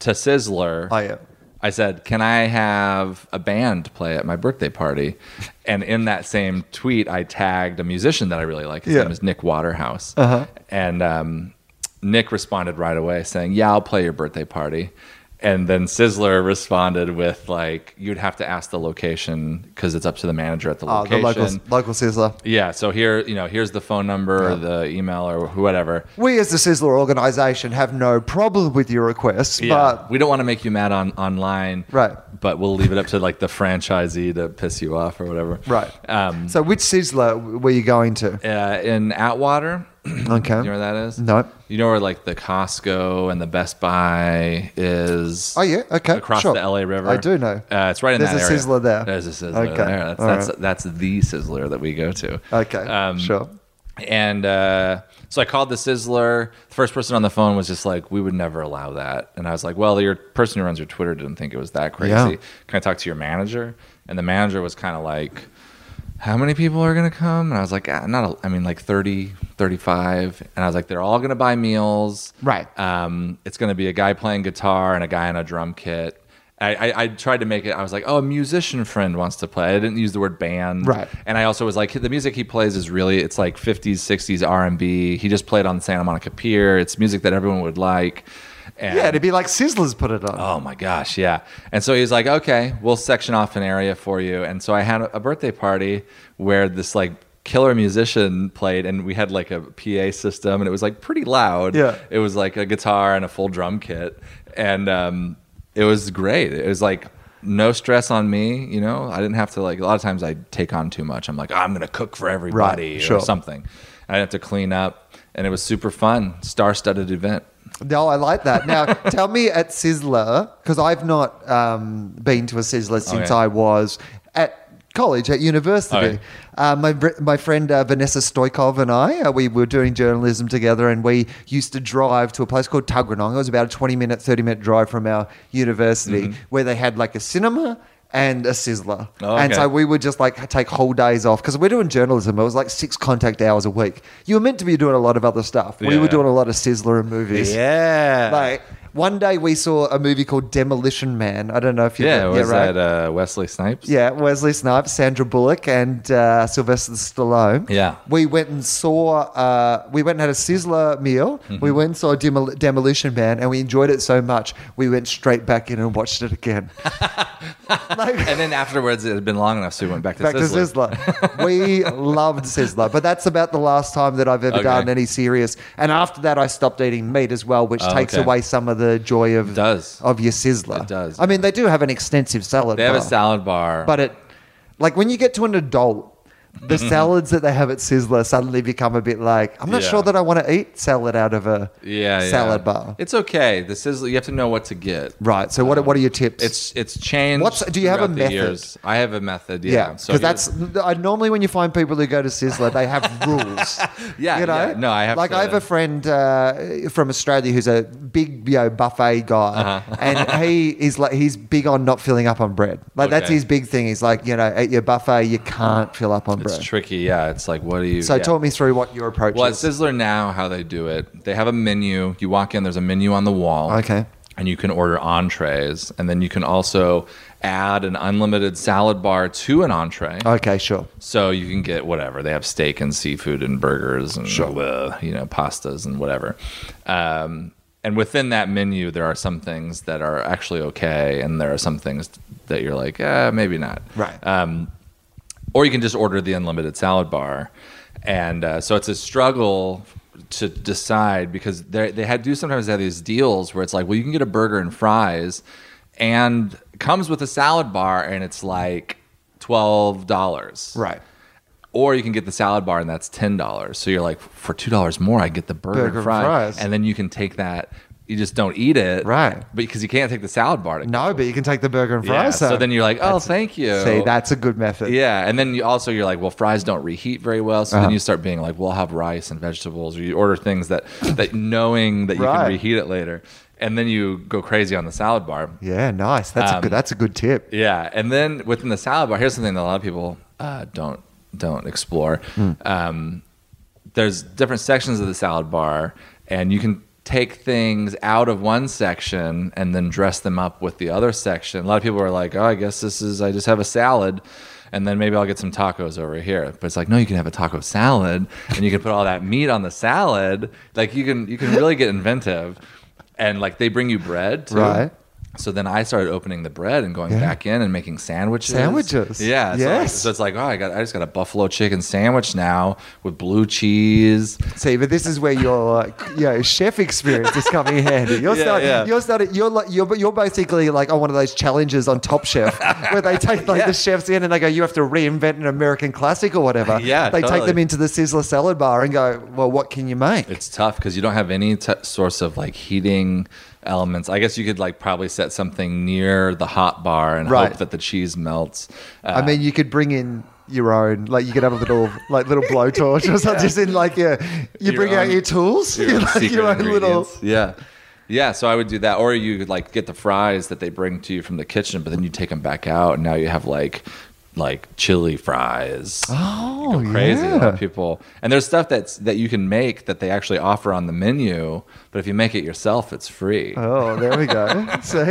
[SPEAKER 3] to Sizzler.
[SPEAKER 2] Oh, yeah.
[SPEAKER 3] I said, "Can I have a band play at my birthday party?" And in that same tweet, I tagged a musician that I really like. His
[SPEAKER 2] Yeah. Uh-huh.
[SPEAKER 3] name is Nick Waterhouse, and um, Nick responded right away saying, "Yeah, I'll play your birthday party." And then Sizzler responded with like, "You'd have to ask the location because it's up to the manager at the
[SPEAKER 2] Oh, the
[SPEAKER 3] location."
[SPEAKER 2] local local Sizzler.
[SPEAKER 3] yeah, so here, you know, here's the phone number,
[SPEAKER 2] Yeah.
[SPEAKER 3] the email, or whatever.
[SPEAKER 2] We as the Sizzler organisation have no problem with your requests,
[SPEAKER 3] Yeah,
[SPEAKER 2] but
[SPEAKER 3] we don't want to make you mad on online,
[SPEAKER 2] Right.
[SPEAKER 3] But we'll leave it up to like the franchisee to piss you off or whatever,
[SPEAKER 2] right.
[SPEAKER 3] Um,
[SPEAKER 2] so which Sizzler w- were you going to?
[SPEAKER 3] uh, in Atwater,
[SPEAKER 2] Okay.
[SPEAKER 3] you know where that is?
[SPEAKER 2] No.
[SPEAKER 3] You know where like the Costco and the Best Buy is?
[SPEAKER 2] Oh, yeah, okay,
[SPEAKER 3] Across
[SPEAKER 2] sure.
[SPEAKER 3] the LA River.
[SPEAKER 2] I do know.
[SPEAKER 3] Uh, it's right in
[SPEAKER 2] There's
[SPEAKER 3] that
[SPEAKER 2] a
[SPEAKER 3] area.
[SPEAKER 2] Sizzler there.
[SPEAKER 3] There's a sizzler
[SPEAKER 2] Okay,
[SPEAKER 3] there. That's
[SPEAKER 2] all
[SPEAKER 3] that's,
[SPEAKER 2] right.
[SPEAKER 3] that's the sizzler that we go to.
[SPEAKER 2] Okay,
[SPEAKER 3] Um,
[SPEAKER 2] sure.
[SPEAKER 3] And uh, so I called the Sizzler. The first person on the phone was just like, "We would never allow that." And I was like, "Well, your person who runs your Twitter didn't think it was that crazy.
[SPEAKER 2] Yeah.
[SPEAKER 3] Can I talk to your manager?" And the manager was kind of like, "How many people are going to come?" And I was like, ah, "Not, a, I mean, like 30, 35." And I was like, "They're all going to buy meals,
[SPEAKER 2] Right.
[SPEAKER 3] Um, it's going to be a guy playing guitar and a guy on a drum kit." I, I, I tried to make it. I was like, "Oh, a musician friend wants to play." I didn't use the word band,
[SPEAKER 2] Right.
[SPEAKER 3] and I also was like, the music he plays is really it's like 50s, 60s R&B. He just played on Santa Monica Pier. It's music that everyone would like. And,
[SPEAKER 2] yeah, it'd be like Sizzler's put it on.
[SPEAKER 3] oh my gosh, yeah. And so he's like, okay, we'll section off an area for you. And so I had a birthday party where this like killer musician played and we had like a PA system and it was like pretty loud.
[SPEAKER 2] Yeah.
[SPEAKER 3] It was like a guitar and a full drum kit. And um, it was great. It was like no stress on me, you know. I didn't have to like a lot of times I take on too much. I'm like, I'm gonna cook for everybody or
[SPEAKER 2] sure.
[SPEAKER 3] something. I didn't have to clean up and it was super fun, star studded event.
[SPEAKER 2] No, I like that. Now, tell me at Sizzler, because I've not um, been to a Sizzler since
[SPEAKER 3] Okay.
[SPEAKER 2] I was at college, at university.
[SPEAKER 3] Okay.
[SPEAKER 2] Uh, my, br- my friend uh, Vanessa Stoikov and I, uh, we were doing journalism together, and we used to drive to a place called Tuggeranong. It was about a 20 minute, 30 minute drive from our university, where they had like a cinema. And a sizzler,
[SPEAKER 3] Mm-hmm. Oh,
[SPEAKER 2] and
[SPEAKER 3] okay.
[SPEAKER 2] so we would just like take whole days off because we're doing journalism. It was like six contact hours a week. You were meant to be doing a lot of other stuff. We
[SPEAKER 3] Yeah,
[SPEAKER 2] were
[SPEAKER 3] yeah.
[SPEAKER 2] doing a lot of sizzler and movies.
[SPEAKER 3] Yeah.
[SPEAKER 2] Like One day we saw a movie called Demolition Man. I don't know if you
[SPEAKER 3] Yeah, was
[SPEAKER 2] right.
[SPEAKER 3] that uh, Wesley Snipes?
[SPEAKER 2] Yeah, Wesley Snipes, Sandra Bullock, and uh, Sylvester Stallone.
[SPEAKER 3] Yeah.
[SPEAKER 2] we went and saw. Uh, we went and had a sizzler meal.
[SPEAKER 3] Mm-hmm.
[SPEAKER 2] We went and saw Demol- Demolition Man, and we enjoyed it so much we went straight back in and watched it again. like,
[SPEAKER 3] And then afterwards, it had been long enough, so we went back to
[SPEAKER 2] back
[SPEAKER 3] Sizzler.
[SPEAKER 2] to Sizzler. We loved Sizzler, but that's about the last time that I've ever
[SPEAKER 3] Okay.
[SPEAKER 2] done any serious. And after that, I stopped eating meat as well, which
[SPEAKER 3] Oh,
[SPEAKER 2] takes
[SPEAKER 3] okay.
[SPEAKER 2] away some of the joy of
[SPEAKER 3] does.
[SPEAKER 2] of your Sizzler.
[SPEAKER 3] It does,
[SPEAKER 2] I mean, they do have an extensive salad.
[SPEAKER 3] They have a
[SPEAKER 2] bar.
[SPEAKER 3] salad bar.
[SPEAKER 2] But it, like when you get to an adult, the
[SPEAKER 3] Mm-hmm.
[SPEAKER 2] salads that they have at Sizzler suddenly become a bit like, I'm not
[SPEAKER 3] Yeah.
[SPEAKER 2] sure that I want to eat salad out of a
[SPEAKER 3] yeah, yeah.
[SPEAKER 2] salad bar.
[SPEAKER 3] It's okay. The Sizzler, you have to know what to get.
[SPEAKER 2] right. So, what, are- what are your tips?
[SPEAKER 3] It's it's changed.
[SPEAKER 2] What's- do you have a
[SPEAKER 3] throughout the
[SPEAKER 2] method?
[SPEAKER 3] years. I have a method. Yeah.
[SPEAKER 2] yeah,
[SPEAKER 3] So you-
[SPEAKER 2] because that's I, normally when you find people who go to Sizzler, they have rules.
[SPEAKER 3] Yeah,
[SPEAKER 2] you know.
[SPEAKER 3] yeah. No, I have
[SPEAKER 2] Like
[SPEAKER 3] to-
[SPEAKER 2] I have a friend uh, from Australia who's a big you know, buffet guy,
[SPEAKER 3] Uh-huh.
[SPEAKER 2] and he is like he's big on not filling up on bread. Like that's
[SPEAKER 3] Okay.
[SPEAKER 2] his big thing. He's like you know at your buffet you can't fill up on
[SPEAKER 3] it's
[SPEAKER 2] bread.
[SPEAKER 3] tricky. Yeah. It's like what do you?
[SPEAKER 2] So
[SPEAKER 3] yeah.
[SPEAKER 2] talk me through what your approach
[SPEAKER 3] Well, at
[SPEAKER 2] is.
[SPEAKER 3] Sizzler now, how they do it, they have a menu. You walk in, there's a menu on the wall.
[SPEAKER 2] Okay.
[SPEAKER 3] And you can order entrees, and then you can also add an unlimited salad bar to an entree.
[SPEAKER 2] Okay, sure.
[SPEAKER 3] So you can get whatever they have steak and seafood and burgers and uh, you know pastas and whatever. Um, and within that menu, there are some things that are actually okay, and there are some things that you're like, eh, maybe not.
[SPEAKER 2] Right.
[SPEAKER 3] Um, or you can just order the unlimited salad bar, and uh, so it's a struggle to decide because they they had do sometimes have these deals where it's like, well, you can get a burger and fries, and comes with a salad bar, and it's like twelve dollars,
[SPEAKER 2] Right.
[SPEAKER 3] or you can get the salad bar and that's ten dollars. So you're like, for two dollars more, I get the burger,
[SPEAKER 2] Burger and
[SPEAKER 3] and fries.
[SPEAKER 2] fries.
[SPEAKER 3] and then you can take that. You just don't eat it,
[SPEAKER 2] Right.
[SPEAKER 3] But because you can't take the salad bar. To
[SPEAKER 2] No, but you can take the burger and
[SPEAKER 3] Yeah,
[SPEAKER 2] fries.
[SPEAKER 3] so then you're like, oh, thank you.
[SPEAKER 2] See, that's a good method.
[SPEAKER 3] Yeah, and then you also you're like, well, fries don't reheat very well, so
[SPEAKER 2] Uh-huh.
[SPEAKER 3] then you start being like, well, I'll have rice and vegetables, or you order things that that knowing that you
[SPEAKER 2] Right.
[SPEAKER 3] can reheat it later, and then you go crazy on the salad bar.
[SPEAKER 2] Yeah, nice. That's a good.
[SPEAKER 3] Um,
[SPEAKER 2] That's a good tip.
[SPEAKER 3] Yeah, and then within the salad bar, here's something that a lot of people uh, don't don't explore.
[SPEAKER 2] Hmm.
[SPEAKER 3] Um, there's different sections of the salad bar, and you can take things out of one section and then dress them up with the other section. A lot of people are like, "Oh, I guess this is I just have a salad." And then maybe I'll get some tacos over here, but it's like no, you can have a taco salad, and you can put all that meat on the salad. Like you can, you can really get inventive, and like they bring you bread, too.
[SPEAKER 2] Right.
[SPEAKER 3] So then I started opening the bread and going
[SPEAKER 2] Yeah.
[SPEAKER 3] back in and making sandwiches.
[SPEAKER 2] Sandwiches.
[SPEAKER 3] Yeah. so-
[SPEAKER 2] Yes.
[SPEAKER 3] So, it's like, oh, I got, I just got a buffalo chicken sandwich now with blue cheese.
[SPEAKER 2] See, but this is where your uh, you know, chef experience is coming in handy. You're
[SPEAKER 3] Yeah,
[SPEAKER 2] starting,
[SPEAKER 3] yeah.
[SPEAKER 2] you're starting, you're like, you're, you're basically like on one of those challenges on Top Chef where they take like the chefs in and they go, you have to reinvent an American classic or whatever.
[SPEAKER 3] Yeah,
[SPEAKER 2] they take
[SPEAKER 3] totally.
[SPEAKER 2] them into the Sizzler salad bar and go, well, what can you make?
[SPEAKER 3] It's tough because you don't have any t- source of like heating elements. I guess you could like probably set something near the hot bar and
[SPEAKER 2] Right.
[SPEAKER 3] hope that the cheese melts. Uh,
[SPEAKER 2] I mean, you could bring in your own, like you could have a little, like little blowtorch or something. Just in like your, you
[SPEAKER 3] Your
[SPEAKER 2] bring out
[SPEAKER 3] own-
[SPEAKER 2] your tools,
[SPEAKER 3] your own secret
[SPEAKER 2] little.
[SPEAKER 3] ingredients. yeah yeah so i would do that or you could like get the fries that they bring to you from the kitchen but then you take them back out and now you have like like chili fries
[SPEAKER 2] Oh,
[SPEAKER 3] crazy a lot
[SPEAKER 2] yeah.
[SPEAKER 3] of people and there's stuff that's that you can make that they actually offer on the menu but if you make it yourself it's free
[SPEAKER 2] Oh, there we go. See,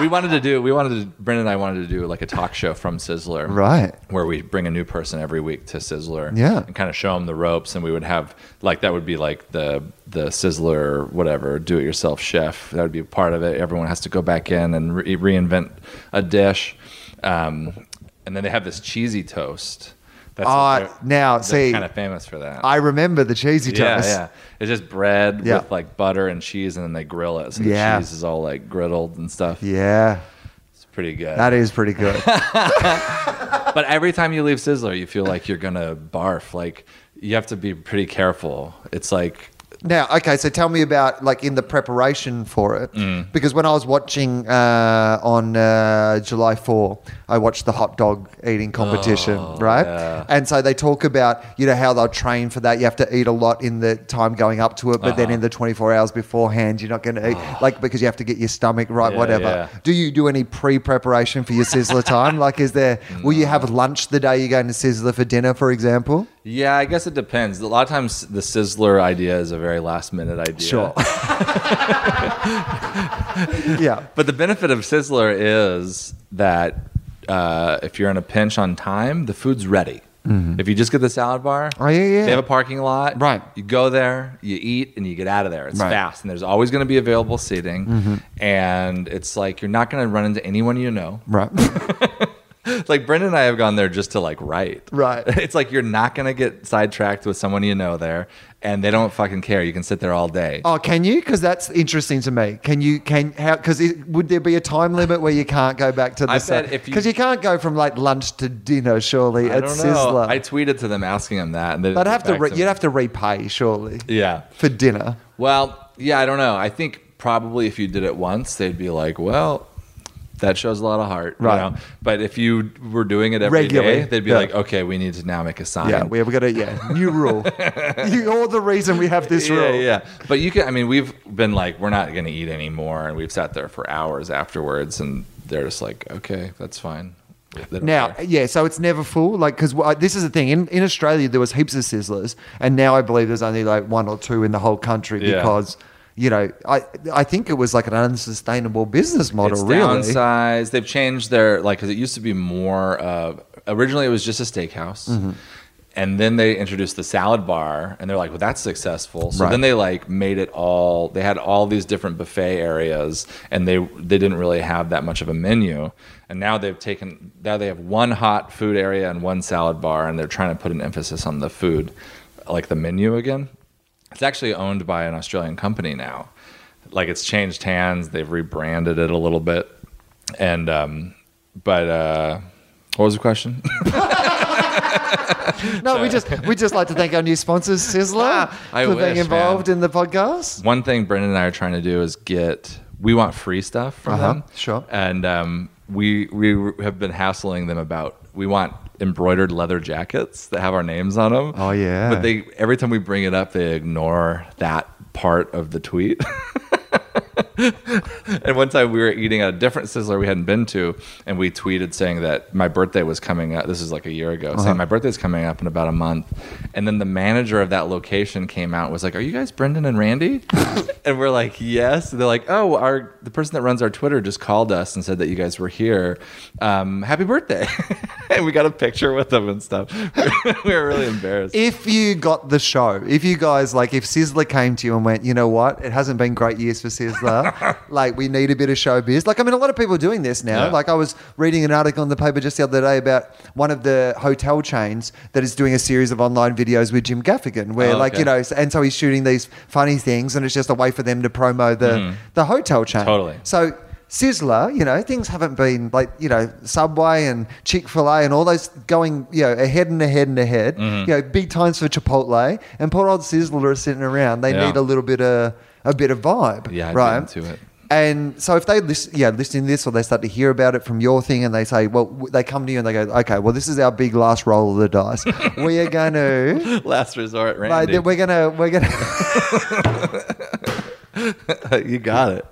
[SPEAKER 3] we wanted to do we wanted to brendan and i wanted to do like a talk show from sizzler
[SPEAKER 2] right.
[SPEAKER 3] where we bring a new person every week to Sizzler,
[SPEAKER 2] Yeah.
[SPEAKER 3] and kind of show them the ropes. And we would have like that would be like the the Sizzler whatever do it yourself chef. That would be part of it. Everyone has to go back in and re- reinvent a dish. Um, and then they have this cheesy toast. That's
[SPEAKER 2] Ah, now, see-
[SPEAKER 3] kind of famous for that.
[SPEAKER 2] I remember the cheesy
[SPEAKER 3] yeah,
[SPEAKER 2] toast.
[SPEAKER 3] yeah. It's just bread
[SPEAKER 2] Yeah.
[SPEAKER 3] with like butter and cheese, and then they grill it. So the
[SPEAKER 2] Yeah.
[SPEAKER 3] cheese is all like griddled and stuff.
[SPEAKER 2] Yeah,
[SPEAKER 3] It's pretty good.
[SPEAKER 2] that is pretty good.
[SPEAKER 3] But every time you leave Sizzler, you feel like you're gonna barf. Like you have to be pretty careful. It's like
[SPEAKER 2] now, okay, so tell me about like in the preparation for it,
[SPEAKER 3] Mm.
[SPEAKER 2] because when I was watching uh, on uh, July four, I watched the hot dog eating competition, right?
[SPEAKER 3] Oh, yeah.
[SPEAKER 2] And so they talk about you know how they'll train for that. You have to eat a lot in the time going up to it, but
[SPEAKER 3] Uh-huh.
[SPEAKER 2] then in the twenty four hours beforehand, you're not going to eat like because you have to get your stomach right,
[SPEAKER 3] Yeah,
[SPEAKER 2] whatever.
[SPEAKER 3] yeah.
[SPEAKER 2] Do you do any pre preparation for your Sizzler time? like, is there will you have lunch the day you're going to Sizzler for dinner, for example?
[SPEAKER 3] yeah, I guess it depends. A lot of times the Sizzler idea is a very last minute idea.
[SPEAKER 2] Sure. yeah.
[SPEAKER 3] But the benefit of Sizzler is that uh, if you're in a pinch on time, the food's ready. If you just get the salad bar,
[SPEAKER 2] Mm-hmm. Oh, yeah, yeah.
[SPEAKER 3] they have a parking lot.
[SPEAKER 2] Right.
[SPEAKER 3] You go there, you eat, and you get out of there. It's
[SPEAKER 2] Right. Mm-hmm.
[SPEAKER 3] fast, and there's always going to be available seating. And it's like you're not going to run into anyone you know.
[SPEAKER 2] Right.
[SPEAKER 3] Like Brendan and I have gone there just to like write.
[SPEAKER 2] Right.
[SPEAKER 3] It's like you're not going to get sidetracked with someone you know there, and they don't fucking care. You can sit there all day.
[SPEAKER 2] Oh, can you? Because that's interesting to me. Can you? Can how? Because would there be a time limit where you can't go back to the?
[SPEAKER 3] I bet if you-
[SPEAKER 2] because you can't go from like lunch to dinner, surely
[SPEAKER 3] I
[SPEAKER 2] at
[SPEAKER 3] don't know.
[SPEAKER 2] Sizzler.
[SPEAKER 3] I tweeted to them asking them that, and they
[SPEAKER 2] But I'd have to. Re-
[SPEAKER 3] read.
[SPEAKER 2] you'd have to repay surely
[SPEAKER 3] Yeah.
[SPEAKER 2] for dinner.
[SPEAKER 3] Well, yeah, I don't know. I think probably if you did it once, they'd be like, well, that shows a lot of heart, you
[SPEAKER 2] Right.
[SPEAKER 3] know? But if you were doing it every day,
[SPEAKER 2] Regularly,
[SPEAKER 3] they'd be
[SPEAKER 2] yeah.
[SPEAKER 3] like, okay, we need to now make a sign.
[SPEAKER 2] Yeah, we have got a yeah new rule. You're the reason we have this
[SPEAKER 3] yeah,
[SPEAKER 2] rule.
[SPEAKER 3] yeah. But you can. I mean, we've been like, we're not going to eat anymore, and we've sat there for hours afterwards, and they're just like, okay, that's fine. They don't
[SPEAKER 2] Now,
[SPEAKER 3] care.
[SPEAKER 2] yeah, so it's never full, like because this is the thing in, in Australia there was heaps of sizzlers, and now I believe there's only like one or two in the whole country
[SPEAKER 3] Yeah.
[SPEAKER 2] because you know I I think it was like an unsustainable business model,
[SPEAKER 3] it's
[SPEAKER 2] really.
[SPEAKER 3] downsized. They've changed their like because it used to be more of originally it was just a steakhouse,
[SPEAKER 2] Mm-hmm.
[SPEAKER 3] and then they introduced the salad bar, and they're like, well, that's successful. So
[SPEAKER 2] Right.
[SPEAKER 3] then they like made it all. They had all these different buffet areas, and they they didn't really have that much of a menu. And now they've taken now they have one hot food area and one salad bar, and they're trying to put an emphasis on the food, like the menu again. It's actually owned by an Australian company now like it's changed hands. They've rebranded it a little bit, and um, but uh, what was the question?
[SPEAKER 2] No, we just we just like to thank our new sponsors, Sizzler,
[SPEAKER 3] Ah, I
[SPEAKER 2] for
[SPEAKER 3] wish,
[SPEAKER 2] being involved in the podcast.
[SPEAKER 3] One thing Brendan and I are trying to do is get we want free stuff from
[SPEAKER 2] Uh-huh,
[SPEAKER 3] them,
[SPEAKER 2] sure.
[SPEAKER 3] and um, we we have been hassling them about we want embroidered leather jackets that have our names on them.
[SPEAKER 2] Oh, yeah.
[SPEAKER 3] but they every time we bring it up, they ignore that part of the tweet. And one time we were eating at a different Sizzler we hadn't been to, and we tweeted saying that my birthday was coming up. This is like a year ago,
[SPEAKER 2] Uh-huh.
[SPEAKER 3] saying my birthday's coming up in about a month. And then the manager of that location came out and was like, "Are you guys Brendan and Randy?" and we're like, "Yes." And they're like, "Oh, our the person that runs our Twitter just called us and said that you guys were here. Um, happy birthday!" and we got a picture with them and stuff. we were really embarrassed.
[SPEAKER 2] If you got the show, if you guys like, if Sizzler came to you and went, you know what, it hasn't been great years for Sizzler. like, we need a bit of showbiz. Like, I mean, a lot of people are doing this now.
[SPEAKER 3] Yeah.
[SPEAKER 2] Like, I was reading an article in the paper just the other day about one of the hotel chains that is doing a series of online videos with Jim Gaffigan, where
[SPEAKER 3] Oh,
[SPEAKER 2] like
[SPEAKER 3] okay.
[SPEAKER 2] you know, and so he's shooting these funny things, and it's just a way for them to promo the the hotel chain.
[SPEAKER 3] Mm. Totally.
[SPEAKER 2] So Sizzler, you know, things haven't been like, you know, Subway and Chick fil A and all those going, you know, ahead and ahead and ahead.
[SPEAKER 3] Mm-hmm.
[SPEAKER 2] You know, big times for Chipotle and poor old Sizzler are sitting around. They
[SPEAKER 3] Yeah.
[SPEAKER 2] need a little bit of a bit of vibe.
[SPEAKER 3] Yeah, I'd be
[SPEAKER 2] right.
[SPEAKER 3] into it.
[SPEAKER 2] And so if they listen, yeah, listen to this or they start to hear about it from your thing and they say, well, w- they come to you and they go, okay, well, this is our big last roll of the dice. we are going to,
[SPEAKER 3] Last resort,
[SPEAKER 2] like,
[SPEAKER 3] Randy.
[SPEAKER 2] we're going to, we're going to.
[SPEAKER 3] you got it.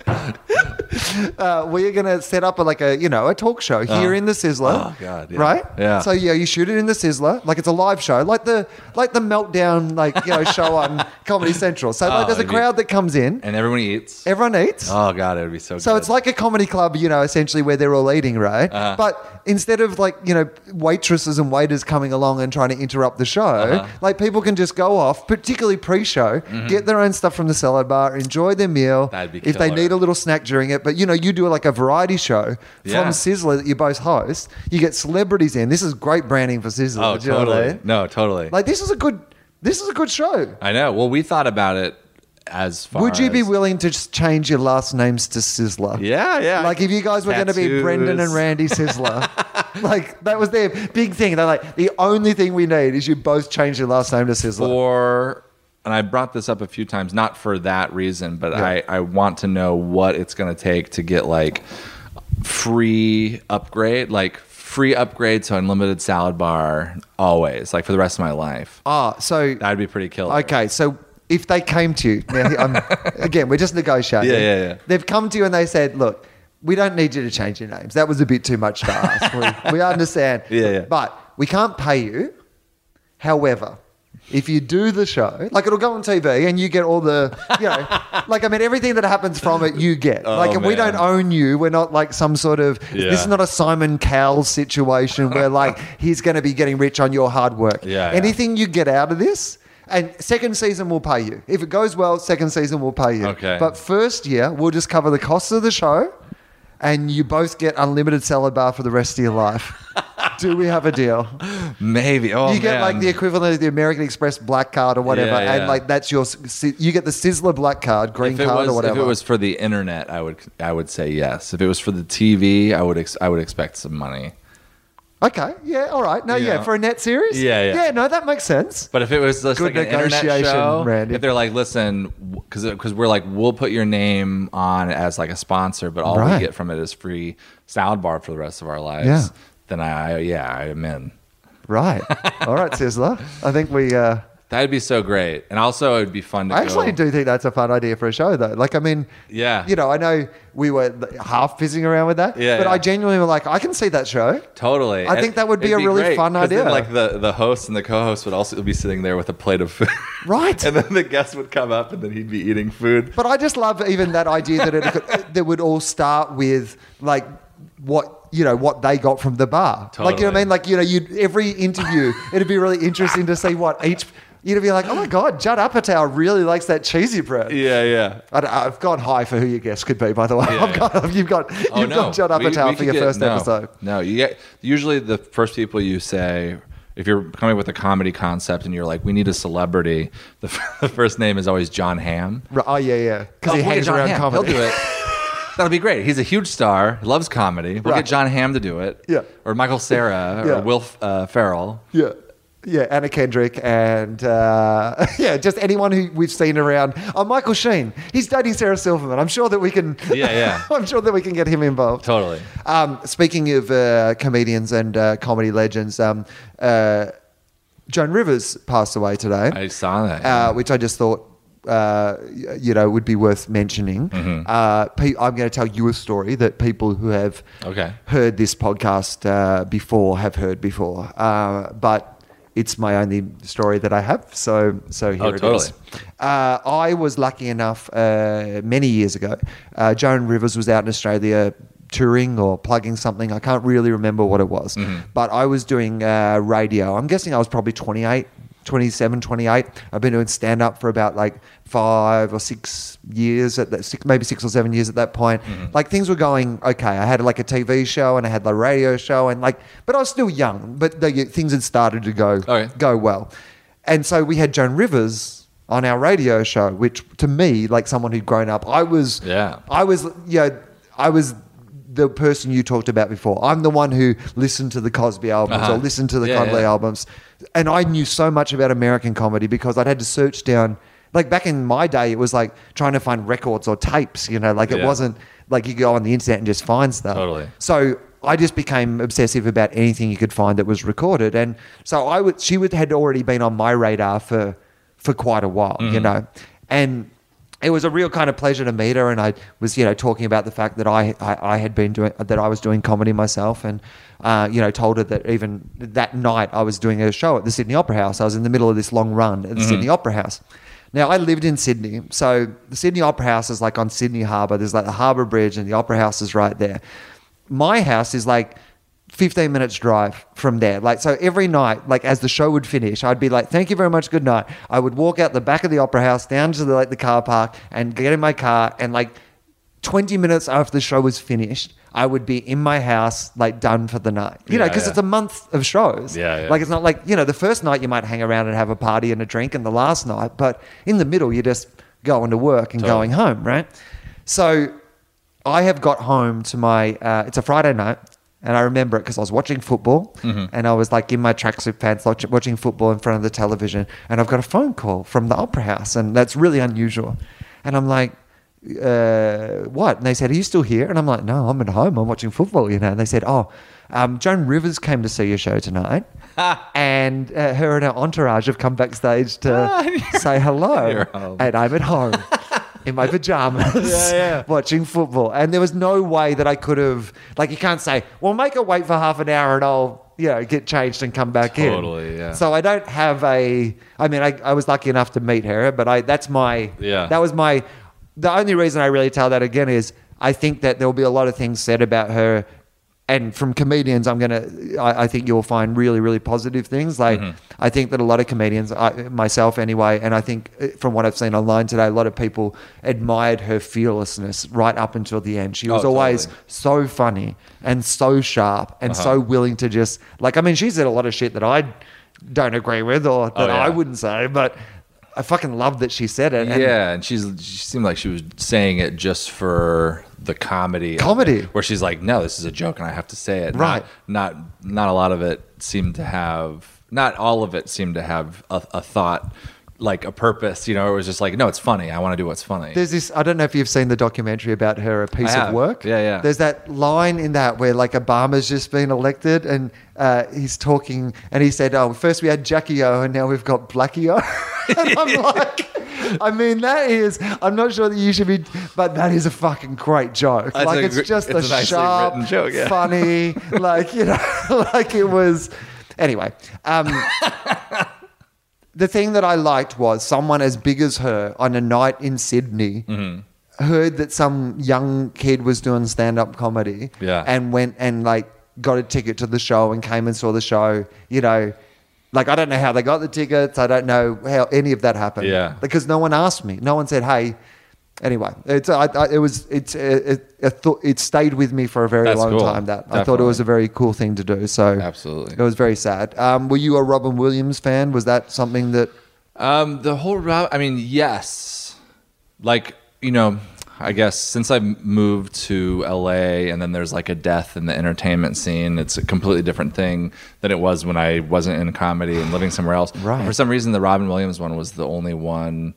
[SPEAKER 2] uh, we are going to set up a, like a you know a talk show here in the Sizzler.
[SPEAKER 3] Uh-huh. Oh, God, yeah.
[SPEAKER 2] Right?
[SPEAKER 3] Yeah.
[SPEAKER 2] So yeah, you shoot it in the Sizzler, like it's a live show, like the like the meltdown like you know show on Comedy Central. So like
[SPEAKER 3] Oh,
[SPEAKER 2] there's a
[SPEAKER 3] it'd be-
[SPEAKER 2] crowd that comes in,
[SPEAKER 3] And everyone eats.
[SPEAKER 2] everyone eats.
[SPEAKER 3] Oh god, it would be so.
[SPEAKER 2] So
[SPEAKER 3] good.
[SPEAKER 2] it's like a comedy club, you know, essentially where they're all eating, right?
[SPEAKER 3] Uh-huh.
[SPEAKER 2] But instead of like, you know, waitresses and waiters coming along and trying to interrupt the show,
[SPEAKER 3] Uh-huh.
[SPEAKER 2] like people can just go off, particularly pre show, get their own stuff from the salad bar, enjoy their meal.
[SPEAKER 3] Mm-hmm. That'd be
[SPEAKER 2] if they
[SPEAKER 3] killer.
[SPEAKER 2] need a little snack during it. But, you know, you do like a variety show
[SPEAKER 3] Yeah.
[SPEAKER 2] from Sizzler that you both host. You get celebrities in. This is great branding for Sizzler.
[SPEAKER 3] Oh,
[SPEAKER 2] do you know what I
[SPEAKER 3] totally.
[SPEAKER 2] mean?
[SPEAKER 3] No, totally.
[SPEAKER 2] Like, this is a good. This is a good show.
[SPEAKER 3] I know. Well, we thought about it as far.
[SPEAKER 2] Would you be
[SPEAKER 3] as-
[SPEAKER 2] willing to just change your last names to Sizzler?
[SPEAKER 3] Yeah, yeah.
[SPEAKER 2] Like if you guys were going to be
[SPEAKER 3] Tattoos.
[SPEAKER 2] Brendan and Randy Sizzler, like that was their big thing. They're like, the only thing we need is you both change your last name to Sizzler.
[SPEAKER 3] for, and I brought this up a few times, not for that reason, but
[SPEAKER 2] Yeah.
[SPEAKER 3] I I want to know what it's going to take to get like free upgrade, like free upgrade to unlimited salad bar always, like for the rest of my life.
[SPEAKER 2] Ah, so
[SPEAKER 3] That'd be pretty killer.
[SPEAKER 2] okay, so if they came to you now, I'm, again, we're just negotiating.
[SPEAKER 3] Yeah, yeah, yeah.
[SPEAKER 2] They've come to you and they said, look. We don't need you to change your names. That was a bit too much to ask. we, we understand.
[SPEAKER 3] Yeah, yeah.
[SPEAKER 2] But we can't pay you. However, If you do the show, like it'll go on TV and you get all the, you know, like I mean, everything that happens from it, you get. Like, and we
[SPEAKER 3] Oh, man.
[SPEAKER 2] don't own you. We're not like some sort of, this is
[SPEAKER 3] Yeah.
[SPEAKER 2] not a Simon Cowell situation where like he's going to be getting rich on your hard work.
[SPEAKER 3] Yeah, yeah.
[SPEAKER 2] Anything you get out of this, and second season will pay you. If it goes well, second season will pay you.
[SPEAKER 3] Okay.
[SPEAKER 2] But first year, we'll just cover the costs of the show and you both get unlimited salad bar for the rest of your life. Do we have a deal?
[SPEAKER 3] Maybe. Oh,
[SPEAKER 2] you get
[SPEAKER 3] man.
[SPEAKER 2] like the equivalent of the American Express black card or whatever,
[SPEAKER 3] Yeah, yeah.
[SPEAKER 2] and like that's your si- you get the Sizzler black card, green
[SPEAKER 3] If it,
[SPEAKER 2] card
[SPEAKER 3] was,
[SPEAKER 2] or
[SPEAKER 3] if
[SPEAKER 2] whatever.
[SPEAKER 3] it was for the internet, I would I would say yes. If it was for the TV, I would ex- I would expect some money.
[SPEAKER 2] okay, yeah, all right, no, yeah.
[SPEAKER 3] Yeah.
[SPEAKER 2] for a net series,
[SPEAKER 3] Yeah, yeah.
[SPEAKER 2] yeah, no, that makes sense.
[SPEAKER 3] But if it was just
[SPEAKER 2] Good
[SPEAKER 3] like an internet
[SPEAKER 2] negotiation,
[SPEAKER 3] show,
[SPEAKER 2] Randy.
[SPEAKER 3] if they're like, listen, because because we're like, we'll put your name on as like a sponsor, but all
[SPEAKER 2] Right.
[SPEAKER 3] we get from it is free soundbar for the rest of our lives.
[SPEAKER 2] Yeah.
[SPEAKER 3] Then I, yeah, I'm in.
[SPEAKER 2] Right, all right, Sizzler. I think we. Uh,
[SPEAKER 3] That'd be so great, and also it would be fun to.
[SPEAKER 2] I actually
[SPEAKER 3] go-
[SPEAKER 2] do think that's a fun idea for a show, though. Like, I mean,
[SPEAKER 3] Yeah.
[SPEAKER 2] you know, I know we were half fizzing around with that,
[SPEAKER 3] Yeah,
[SPEAKER 2] but
[SPEAKER 3] yeah.
[SPEAKER 2] I genuinely were like, I can see that show.
[SPEAKER 3] Totally.
[SPEAKER 2] I think that would be
[SPEAKER 3] it'd
[SPEAKER 2] a really
[SPEAKER 3] great,
[SPEAKER 2] fun
[SPEAKER 3] 'cause then,
[SPEAKER 2] idea.
[SPEAKER 3] like the, the host and the co host would also be sitting there with a plate of food.
[SPEAKER 2] Right.
[SPEAKER 3] and then the guest would come up and then he'd be eating food.
[SPEAKER 2] But I just love even that idea that it could, that would all start with like what you know what they got from the bar. Like you know what I
[SPEAKER 3] Totally.
[SPEAKER 2] mean? Like you know, you every interview, it'd be really interesting to see what each. You'd be like, oh my god, Judd Apatow really likes that cheesy bread.
[SPEAKER 3] Yeah, yeah.
[SPEAKER 2] I don't- I've gone high for who your guest could be, by the way.
[SPEAKER 3] Yeah,
[SPEAKER 2] I've got, you've got, you've
[SPEAKER 3] Oh no,
[SPEAKER 2] got Judd
[SPEAKER 3] We- we
[SPEAKER 2] Apatow for
[SPEAKER 3] could
[SPEAKER 2] your
[SPEAKER 3] get-
[SPEAKER 2] first
[SPEAKER 3] no,
[SPEAKER 2] episode.
[SPEAKER 3] No, you get usually the first people you say if you're coming with a comedy concept and you're like, we need a celebrity. The, f- the first name is always John Hamm.
[SPEAKER 2] Right, Oh yeah, yeah, because he
[SPEAKER 3] Oh, we'll get
[SPEAKER 2] hangs
[SPEAKER 3] John
[SPEAKER 2] around
[SPEAKER 3] Hamm.
[SPEAKER 2] comedy.
[SPEAKER 3] He'll do it. That'll be great. He's a huge star. He loves comedy. We'll
[SPEAKER 2] Right.
[SPEAKER 3] get John Hamm to do it.
[SPEAKER 2] Yeah.
[SPEAKER 3] Or Michael Sarah
[SPEAKER 2] Yeah.
[SPEAKER 3] or Will F- uh, Ferrell.
[SPEAKER 2] Yeah. Yeah, Anna Kendrick and uh, yeah, just anyone who we've seen around. Oh, Michael Sheen, he's dating Sarah Silverman. I'm sure that we can.
[SPEAKER 3] Yeah, yeah.
[SPEAKER 2] I'm sure that we can get him involved.
[SPEAKER 3] Totally.
[SPEAKER 2] Um, speaking of uh, comedians and uh, comedy legends, um, uh, Joan Rivers passed away today
[SPEAKER 3] I saw that.
[SPEAKER 2] uh, which I just thought, uh, y- you know, would be worth mentioning.
[SPEAKER 3] Mm-hmm.
[SPEAKER 2] Uh, pe- I'm going to tell you a story that people who have
[SPEAKER 3] Okay.
[SPEAKER 2] heard this podcast uh, before have heard before, uh, but it's my only story that I have. So, so here
[SPEAKER 3] Oh,
[SPEAKER 2] it is.
[SPEAKER 3] totally.
[SPEAKER 2] Uh, I was lucky enough uh, many years ago. Uh, Joan Rivers was out in Australia touring or plugging something. I can't really remember what it was, but I was doing uh, radio. I'm guessing I was probably 28, 27, 28. I've been doing stand up for about like five or six years at that, six, maybe six or seven years at that point. Like things were going okay. I had like a TV show and I had the radio show and like, but I was still young. But the, things had started to go
[SPEAKER 3] Okay.
[SPEAKER 2] go well. And so we had Joan Rivers on our radio show, which to me, like someone who'd grown up, I was,
[SPEAKER 3] Yeah.
[SPEAKER 2] I was, yeah, I was the person you talked about before. I'm the one who listened to the Cosby albums
[SPEAKER 3] Uh-huh.
[SPEAKER 2] or listened to the
[SPEAKER 3] Yeah,
[SPEAKER 2] Conley
[SPEAKER 3] yeah.
[SPEAKER 2] albums, and I knew so much about American comedy because I'd had to search down. Like back in my day, it was like trying to find records or tapes. You know, like it
[SPEAKER 3] Yeah.
[SPEAKER 2] wasn't like you go on the internet and just find stuff.
[SPEAKER 3] Totally.
[SPEAKER 2] So I just became obsessive about anything you could find that was recorded, and so I would. She would had already been on my radar for for quite a while, you know, and it was a real kind of pleasure to meet her. And I was, you know, talking about the fact that I I, I had been doing that I was doing comedy myself, and uh, you know, told her that even that night I was doing a show at the Sydney Opera House. I was in the middle of this long run at the Sydney Opera House. Now I lived in Sydney, so the Sydney Opera House is like on Sydney Harbour. There's like the Harbour Bridge, and the Opera House is right there my house is like 15 minutes drive from there. Like, so every night, like as the show would finish, I'd be like, thank you very much. Good night. I would walk out the back of the opera house down to the, like the car park and get in my car. And like 20 minutes after the show was finished, I would be in my house, like done for the night, you know,
[SPEAKER 3] Yeah,
[SPEAKER 2] 'cause know, because
[SPEAKER 3] yeah.
[SPEAKER 2] it's a month of shows.
[SPEAKER 3] Yeah, yeah.
[SPEAKER 2] Like it's not like, you know, the first night you might hang around and have a party and a drink and the last night, but in the middle, you're just going to work and
[SPEAKER 3] Totally.
[SPEAKER 2] going home, right? So I have got home to my, uh, it's a Friday night. And I remember it because I was watching football and I was like in my tracksuit pants, watch- watching football in front of the television. And I've got a phone call from the opera house, and that's really unusual. And I'm like, uh, what? And they said, Are you still here? And I'm like, No, I'm at home. I'm watching football, you know. And they said, Oh, um, Joan Rivers came to see your show tonight. and uh, her and her entourage have come backstage to say hello.
[SPEAKER 3] You're home.
[SPEAKER 2] And I'm at home in my pajamas watching football. And there was no way that I could have, like, you can't say, Well, make her wait for half an hour and I'll you know, get changed and come back in.
[SPEAKER 3] Totally, yeah.
[SPEAKER 2] So I don't have a. I mean, I, I was lucky enough to meet her, but I that's my.
[SPEAKER 3] Yeah.
[SPEAKER 2] That was my. The only reason I really tell that again is I think that there will be a lot of things said about her, and from comedians, I'm gonna. I, I think you'll find really, really positive things. Like
[SPEAKER 3] Mm-hmm.
[SPEAKER 2] I think that a lot of comedians, I, myself anyway, and I think uh, from what I've seen online today, a lot of people admired her fearlessness right up until the end. She was
[SPEAKER 3] Oh,
[SPEAKER 2] always
[SPEAKER 3] totally.
[SPEAKER 2] so funny and so sharp and
[SPEAKER 3] Uh-huh.
[SPEAKER 2] so willing to just like I mean she said a lot of shit that I don't agree with or that
[SPEAKER 3] Oh, yeah.
[SPEAKER 2] I wouldn't say, but I fucking love that she said it. and-
[SPEAKER 3] yeah, and she's she seemed like she was saying it just for the comedy. of
[SPEAKER 2] Comedy.
[SPEAKER 3] it, where she's like, "No, this is a joke, and I have to say it."
[SPEAKER 2] Right.
[SPEAKER 3] Not not, not a lot of it seemed to have. Not all of it seemed to have a, a thought, like a purpose. You know, it was just like, "No, it's funny. I want to do what's funny."
[SPEAKER 2] There's this. I don't know if you've seen the documentary about her, a piece
[SPEAKER 3] I
[SPEAKER 2] of
[SPEAKER 3] have.
[SPEAKER 2] work.
[SPEAKER 3] Yeah, yeah.
[SPEAKER 2] There's that line in that where like Obama's just been elected and uh, he's talking and he said, "Oh, first we had Jackie O, and now we've got Blackie O." and I'm like, I mean, that is. I'm not sure that you should be, but that is a fucking great joke.
[SPEAKER 3] That's
[SPEAKER 2] like
[SPEAKER 3] a
[SPEAKER 2] it's
[SPEAKER 3] gr-
[SPEAKER 2] just
[SPEAKER 3] it's a
[SPEAKER 2] a
[SPEAKER 3] nicely
[SPEAKER 2] sharp,
[SPEAKER 3] written joke, yeah.
[SPEAKER 2] funny, like you know, like it was. Anyway. Um, the thing that I liked was someone as big as her on a night in Sydney
[SPEAKER 3] Mm-hmm.
[SPEAKER 2] heard that some young kid was doing stand up comedy
[SPEAKER 3] Yeah.
[SPEAKER 2] and went and like got a ticket to the show and came and saw the show, you know. Like I don't know how they got the tickets. I don't know how any of that happened.
[SPEAKER 3] Yeah.
[SPEAKER 2] because no one asked me. No one said, "Hey." Anyway, it's I, I, it was it's it, it, thought it stayed with me for a very
[SPEAKER 3] That's
[SPEAKER 2] long
[SPEAKER 3] cool.
[SPEAKER 2] time. That I thought it was a
[SPEAKER 3] Definitely.
[SPEAKER 2] a very cool thing to do. So
[SPEAKER 3] Absolutely.
[SPEAKER 2] it was very sad. Um, were you a Robin Williams fan? Was that something that?
[SPEAKER 3] Um, the whole Rob. I mean, yes. Like you know, I guess since I moved to LA, and then there's like a death in the entertainment scene. It's a completely different thing than it was when I wasn't in comedy and living somewhere else.
[SPEAKER 2] Right.
[SPEAKER 3] For some reason, the Robin Williams one was the only one.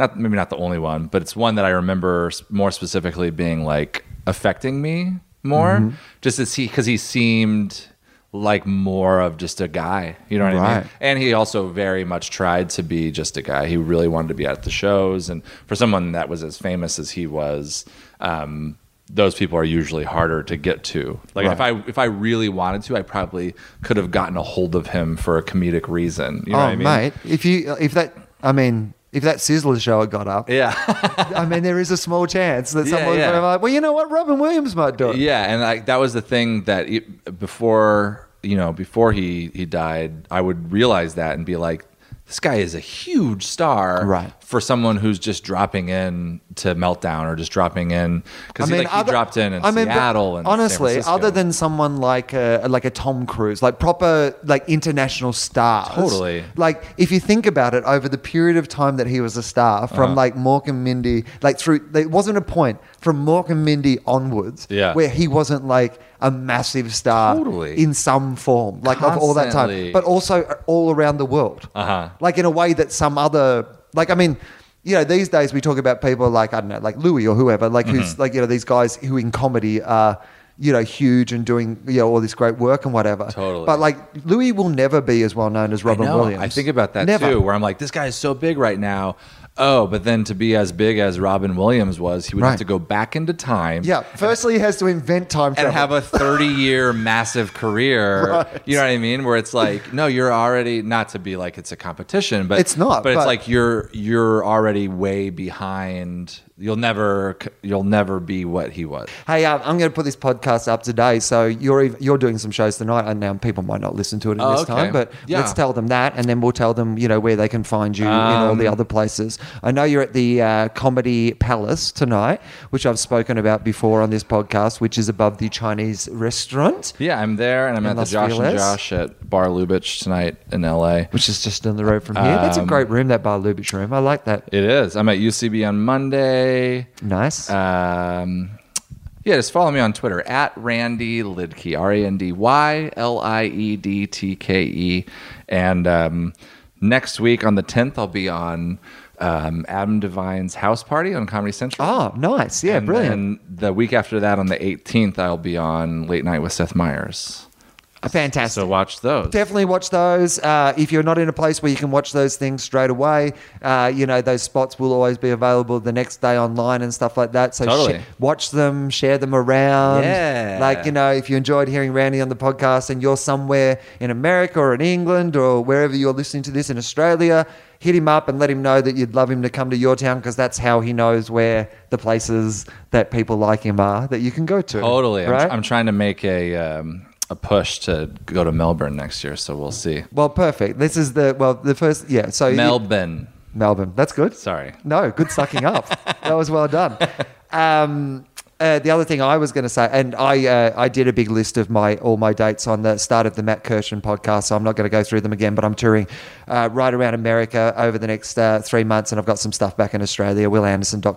[SPEAKER 3] Not maybe not the only one, but it's one that I remember s- more specifically being like affecting me more. Just as he because he seemed like more of just a guy. You know what I
[SPEAKER 2] Right.
[SPEAKER 3] mean? And he also very much tried to be just a guy. He really wanted to be at the shows, and for someone that was as famous as he was, um, those people are usually harder to get to. Like if I if I really wanted to, I probably could have gotten a hold of him for a comedic reason. You know
[SPEAKER 2] oh,
[SPEAKER 3] what I mean?
[SPEAKER 2] mate, if you if that, I mean, if that Sizzler show had got up,
[SPEAKER 3] Yeah,
[SPEAKER 2] I mean, there is a small chance that
[SPEAKER 3] Yeah,
[SPEAKER 2] someone would
[SPEAKER 3] yeah.
[SPEAKER 2] be like, well, you know what, Robin Williams might do it.
[SPEAKER 3] yeah, and like that was the thing that it, before you know before he he died, I would realize that and be like, this guy is a huge star,
[SPEAKER 2] Right.
[SPEAKER 3] For someone who's just dropping in to meltdown or just dropping in because like, he dropped in in
[SPEAKER 2] but
[SPEAKER 3] Seattle and San
[SPEAKER 2] honestly,
[SPEAKER 3] Francisco.
[SPEAKER 2] other than someone like a, like a Tom Cruise, like proper like international stars,
[SPEAKER 3] Totally.
[SPEAKER 2] Like if you think about it, over the period of time that he was a star,
[SPEAKER 3] Uh-huh.
[SPEAKER 2] from like Mork and Mindy, like through there wasn't a point from Mork and Mindy onwards,
[SPEAKER 3] Yeah.
[SPEAKER 2] where he wasn't like a massive star,
[SPEAKER 3] Totally.
[SPEAKER 2] in some form, like of all that time,
[SPEAKER 3] Constantly.
[SPEAKER 2] but also all around the world,
[SPEAKER 3] Uh-huh.
[SPEAKER 2] like in a way that some other, like I mean. You know, these days we talk about people like I don't know, like Louis or whoever, like who's
[SPEAKER 3] Mm-hmm.
[SPEAKER 2] like you know these guys who in comedy are you know huge and doing you know all this great work and whatever.
[SPEAKER 3] Totally.
[SPEAKER 2] But like Louis will never be as well known as Robin
[SPEAKER 3] I know.
[SPEAKER 2] Williams.
[SPEAKER 3] I think about that
[SPEAKER 2] Never.
[SPEAKER 3] too, where I'm like, this guy is so big right now. Oh, but then to be as big as Robin Williams was, he would
[SPEAKER 2] Right.
[SPEAKER 3] have to go back into time.
[SPEAKER 2] Yeah. Firstly, he has to invent time travel.
[SPEAKER 3] and have a 30 year massive career. You know what I mean? Where it's like, no, you're already not to be like it's a competition, but
[SPEAKER 2] It's not,
[SPEAKER 3] But,
[SPEAKER 2] but-
[SPEAKER 3] it's like you're you're already way behind. You'll never c- you'll never be what he was.
[SPEAKER 2] Hey, um, I'm going to put this podcast up today. So you're ev- you're doing some shows tonight, and now people might not listen to it in
[SPEAKER 3] Oh,
[SPEAKER 2] this
[SPEAKER 3] okay.
[SPEAKER 2] time. But
[SPEAKER 3] Yeah.
[SPEAKER 2] let's tell them that, and then we'll tell them you know where they can find you in all the
[SPEAKER 3] Um,
[SPEAKER 2] other places. I know you're at the uh, Comedy Palace tonight, which I've spoken about before on this podcast, which is above the Chinese restaurant,
[SPEAKER 3] Yeah, I'm there, and I'm at
[SPEAKER 2] Las
[SPEAKER 3] the Josh
[SPEAKER 2] Feliz?
[SPEAKER 3] and Josh at Bar Lubitsch tonight in L.A.
[SPEAKER 2] which is just down the road from here. That's a
[SPEAKER 3] Um,
[SPEAKER 2] great room, that Bar Lubitsch room. I like that.
[SPEAKER 3] It is. I'm at UCB on Monday.
[SPEAKER 2] Nice.
[SPEAKER 3] Um, yeah, just follow me on Twitter at Randy Lidke, R A N D Y L I E D T K E. And um, next week on the 10th, I'll be on um, Adam Devine's house party on Comedy Central.
[SPEAKER 2] oh, nice. Yeah, brilliant.
[SPEAKER 3] And then the week after that, on the 18th, I'll be on Late Night with Seth Meyers.
[SPEAKER 2] Fantastic.
[SPEAKER 3] So watch those.
[SPEAKER 2] Definitely watch those. Uh, if you're not in a place where you can watch those things straight away, uh, you know, those spots will always be available the next day online and stuff like that. So
[SPEAKER 3] Totally.
[SPEAKER 2] sh- watch them, share them around.
[SPEAKER 3] Yeah.
[SPEAKER 2] Like, you know, if you enjoyed hearing Randy on the podcast and you're somewhere in America or in England or wherever you're listening to this in Australia, hit him up and let him know that you'd love him to come to your town because that's how he knows where the places that people like him are that you can go to.
[SPEAKER 3] Totally. I'm,
[SPEAKER 2] Right?
[SPEAKER 3] I'm trying to make a um, a push to go to Melbourne next year, so we'll see.
[SPEAKER 2] well, perfect. This is the well, the first yeah. So you-
[SPEAKER 3] Melbourne.
[SPEAKER 2] Melbourne. That's good.
[SPEAKER 3] Sorry.
[SPEAKER 2] No, good sucking up. that was well done. Um, uh, the other thing I was going to say, and I uh, I did a big list of my all my dates on the start of the Matt Kirshen podcast, so I'm not going to go through them again. But I'm touring uh, right around America over the next uh, three months, and I've got some stuff back in Australia.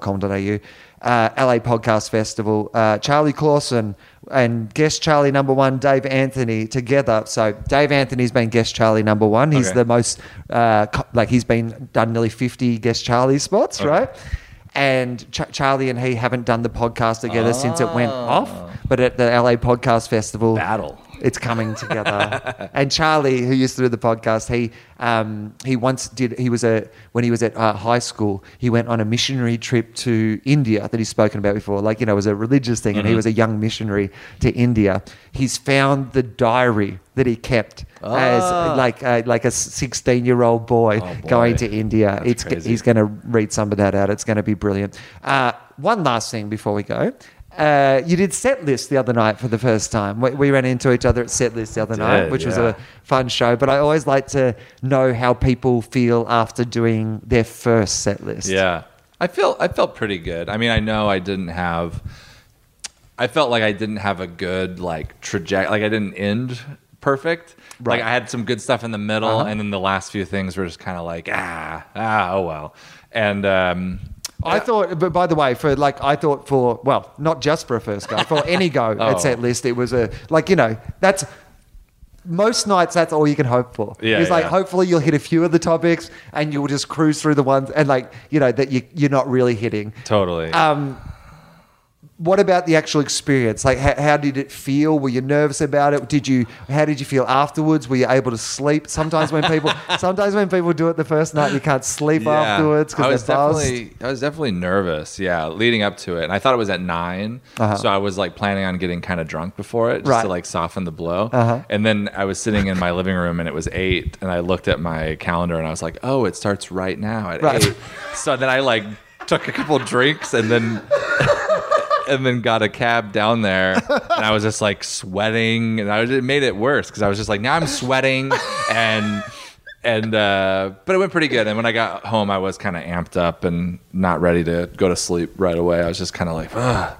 [SPEAKER 2] WillAnderson.com.au, uh, LA Podcast Festival, uh, Charlie Clausen and guest Charlie number one, Dave Anthony together. So Dave Anthony's been guest Charlie number one. He's
[SPEAKER 3] Okay.
[SPEAKER 2] the most uh, co- like he's been done nearly 50 guest charlie spots right and Ch- charlie and he haven't done the podcast together since it went off but at the la podcast festival
[SPEAKER 3] Battle.
[SPEAKER 2] it's coming together and charlie who used to do the podcast he um, he once did he was a when he was at uh, high school he went on a missionary trip to india that he's spoken about before like you know it was a religious thing and he was a young missionary to india he's found the diary that he kept as like a, like a 16 year old boy,
[SPEAKER 3] Ah. Oh, boy.
[SPEAKER 2] going to India.
[SPEAKER 3] That's
[SPEAKER 2] it's
[SPEAKER 3] crazy.
[SPEAKER 2] he's going to read some of that out. It's going to be brilliant. Uh, one last thing before we go. Uh, you did set list the other night for the first time. We, we ran into each other at set list the other night, which was
[SPEAKER 3] yeah.
[SPEAKER 2] a fun show. But I always like to know how people feel after doing their first set list.
[SPEAKER 3] Yeah. I feel I felt pretty good. I mean, I know I didn't have I felt like I didn't have a good like trajectory. Like I didn't end perfect.
[SPEAKER 2] Right.
[SPEAKER 3] Like I had some good stuff in the middle, and then the last few things were just kind of like ah ah oh well. And um,
[SPEAKER 2] I thought, but by the way, for like, I thought for, well, not just for a first go, for any go
[SPEAKER 3] Oh.
[SPEAKER 2] at set list, it was a, like, you know, that's most nights, that's all you can hope for.
[SPEAKER 3] Yeah,
[SPEAKER 2] It's like,
[SPEAKER 3] yeah.
[SPEAKER 2] hopefully you'll hit a few of the topics and you'll just cruise through the ones and like, you know, that you, you're not really hitting.
[SPEAKER 3] totally.
[SPEAKER 2] What about the actual experience? Like, how, how did it feel? Were you nervous about it? Did you, how did you feel afterwards? Were you able to sleep? Sometimes when people, sometimes when people do it the first night, you can't sleep afterwards
[SPEAKER 3] I
[SPEAKER 2] because
[SPEAKER 3] was
[SPEAKER 2] they're buzzed.
[SPEAKER 3] definitely I was definitely nervous. Yeah, leading up to it, and I thought it was at 9 so I was like planning on getting kind of drunk before it, just
[SPEAKER 2] Uh-huh. Right.
[SPEAKER 3] to like soften the blow.
[SPEAKER 2] Uh-huh.
[SPEAKER 3] And then I was sitting in my living room, and it was eight, and I looked at my calendar, and I was like, "Oh, it starts right now at
[SPEAKER 2] Right.
[SPEAKER 3] eight. So then I like took a couple drinks, and then. And then got a cab down there, and I was just like sweating, and I was, it made it worse because I was just like, now I'm sweating, and and uh, but it went pretty good. And when I got home, I was kind of amped up and not ready to go to sleep right away. I was just kind of like, Ugh,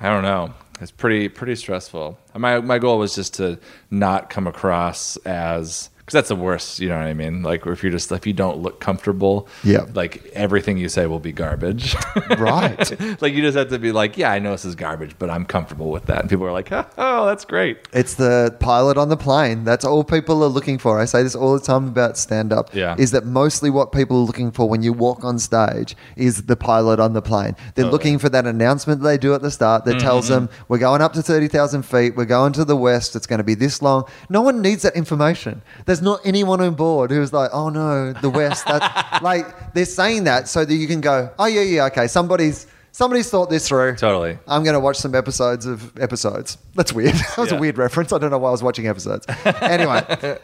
[SPEAKER 3] I don't know. It's pretty pretty stressful. My my goal was just to not come across as because that's the worst. You know what I mean? Like if you're just if you don't look comfortable,
[SPEAKER 2] Yeah.
[SPEAKER 3] Like everything you say will be garbage.
[SPEAKER 2] Right.
[SPEAKER 3] like you just have to be like, yeah, I know this is garbage, but I'm comfortable with that. And people are like, oh, that's great.
[SPEAKER 2] It's the pilot on the plane. That's all people are looking for. I say this all the time about stand up.
[SPEAKER 3] Yeah.
[SPEAKER 2] Is that mostly what people are looking for when you walk on stage is the pilot on the plane. They're looking for that announcement they do at the start that tells them, we're going up to 30,000 feet, we're going to the west, it's going to be this long. No one needs that information. There's not anyone on board who's like, oh no, the west. That's, like, they're saying that so that you can go, oh yeah, yeah, okay, somebody's. Somebody's thought this through.
[SPEAKER 3] Totally.
[SPEAKER 2] I'm going to watch some episodes of episodes. That's weird. that was a
[SPEAKER 3] Yeah.
[SPEAKER 2] weird reference. I don't know why I was watching episodes. anyway,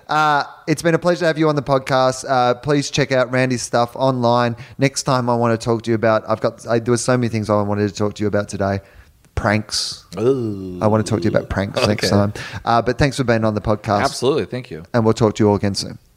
[SPEAKER 2] uh, it's been a pleasure to have you on the podcast. Uh, please check out Randy's stuff online. Next time, I want to talk to you about. I've got. I, there were so many things I wanted to talk to you about today. Pranks. I want to talk to you about pranks next
[SPEAKER 3] Okay.
[SPEAKER 2] time. Uh, but thanks for being on the podcast.
[SPEAKER 3] Absolutely. Thank you.
[SPEAKER 2] And we'll talk to you all again soon.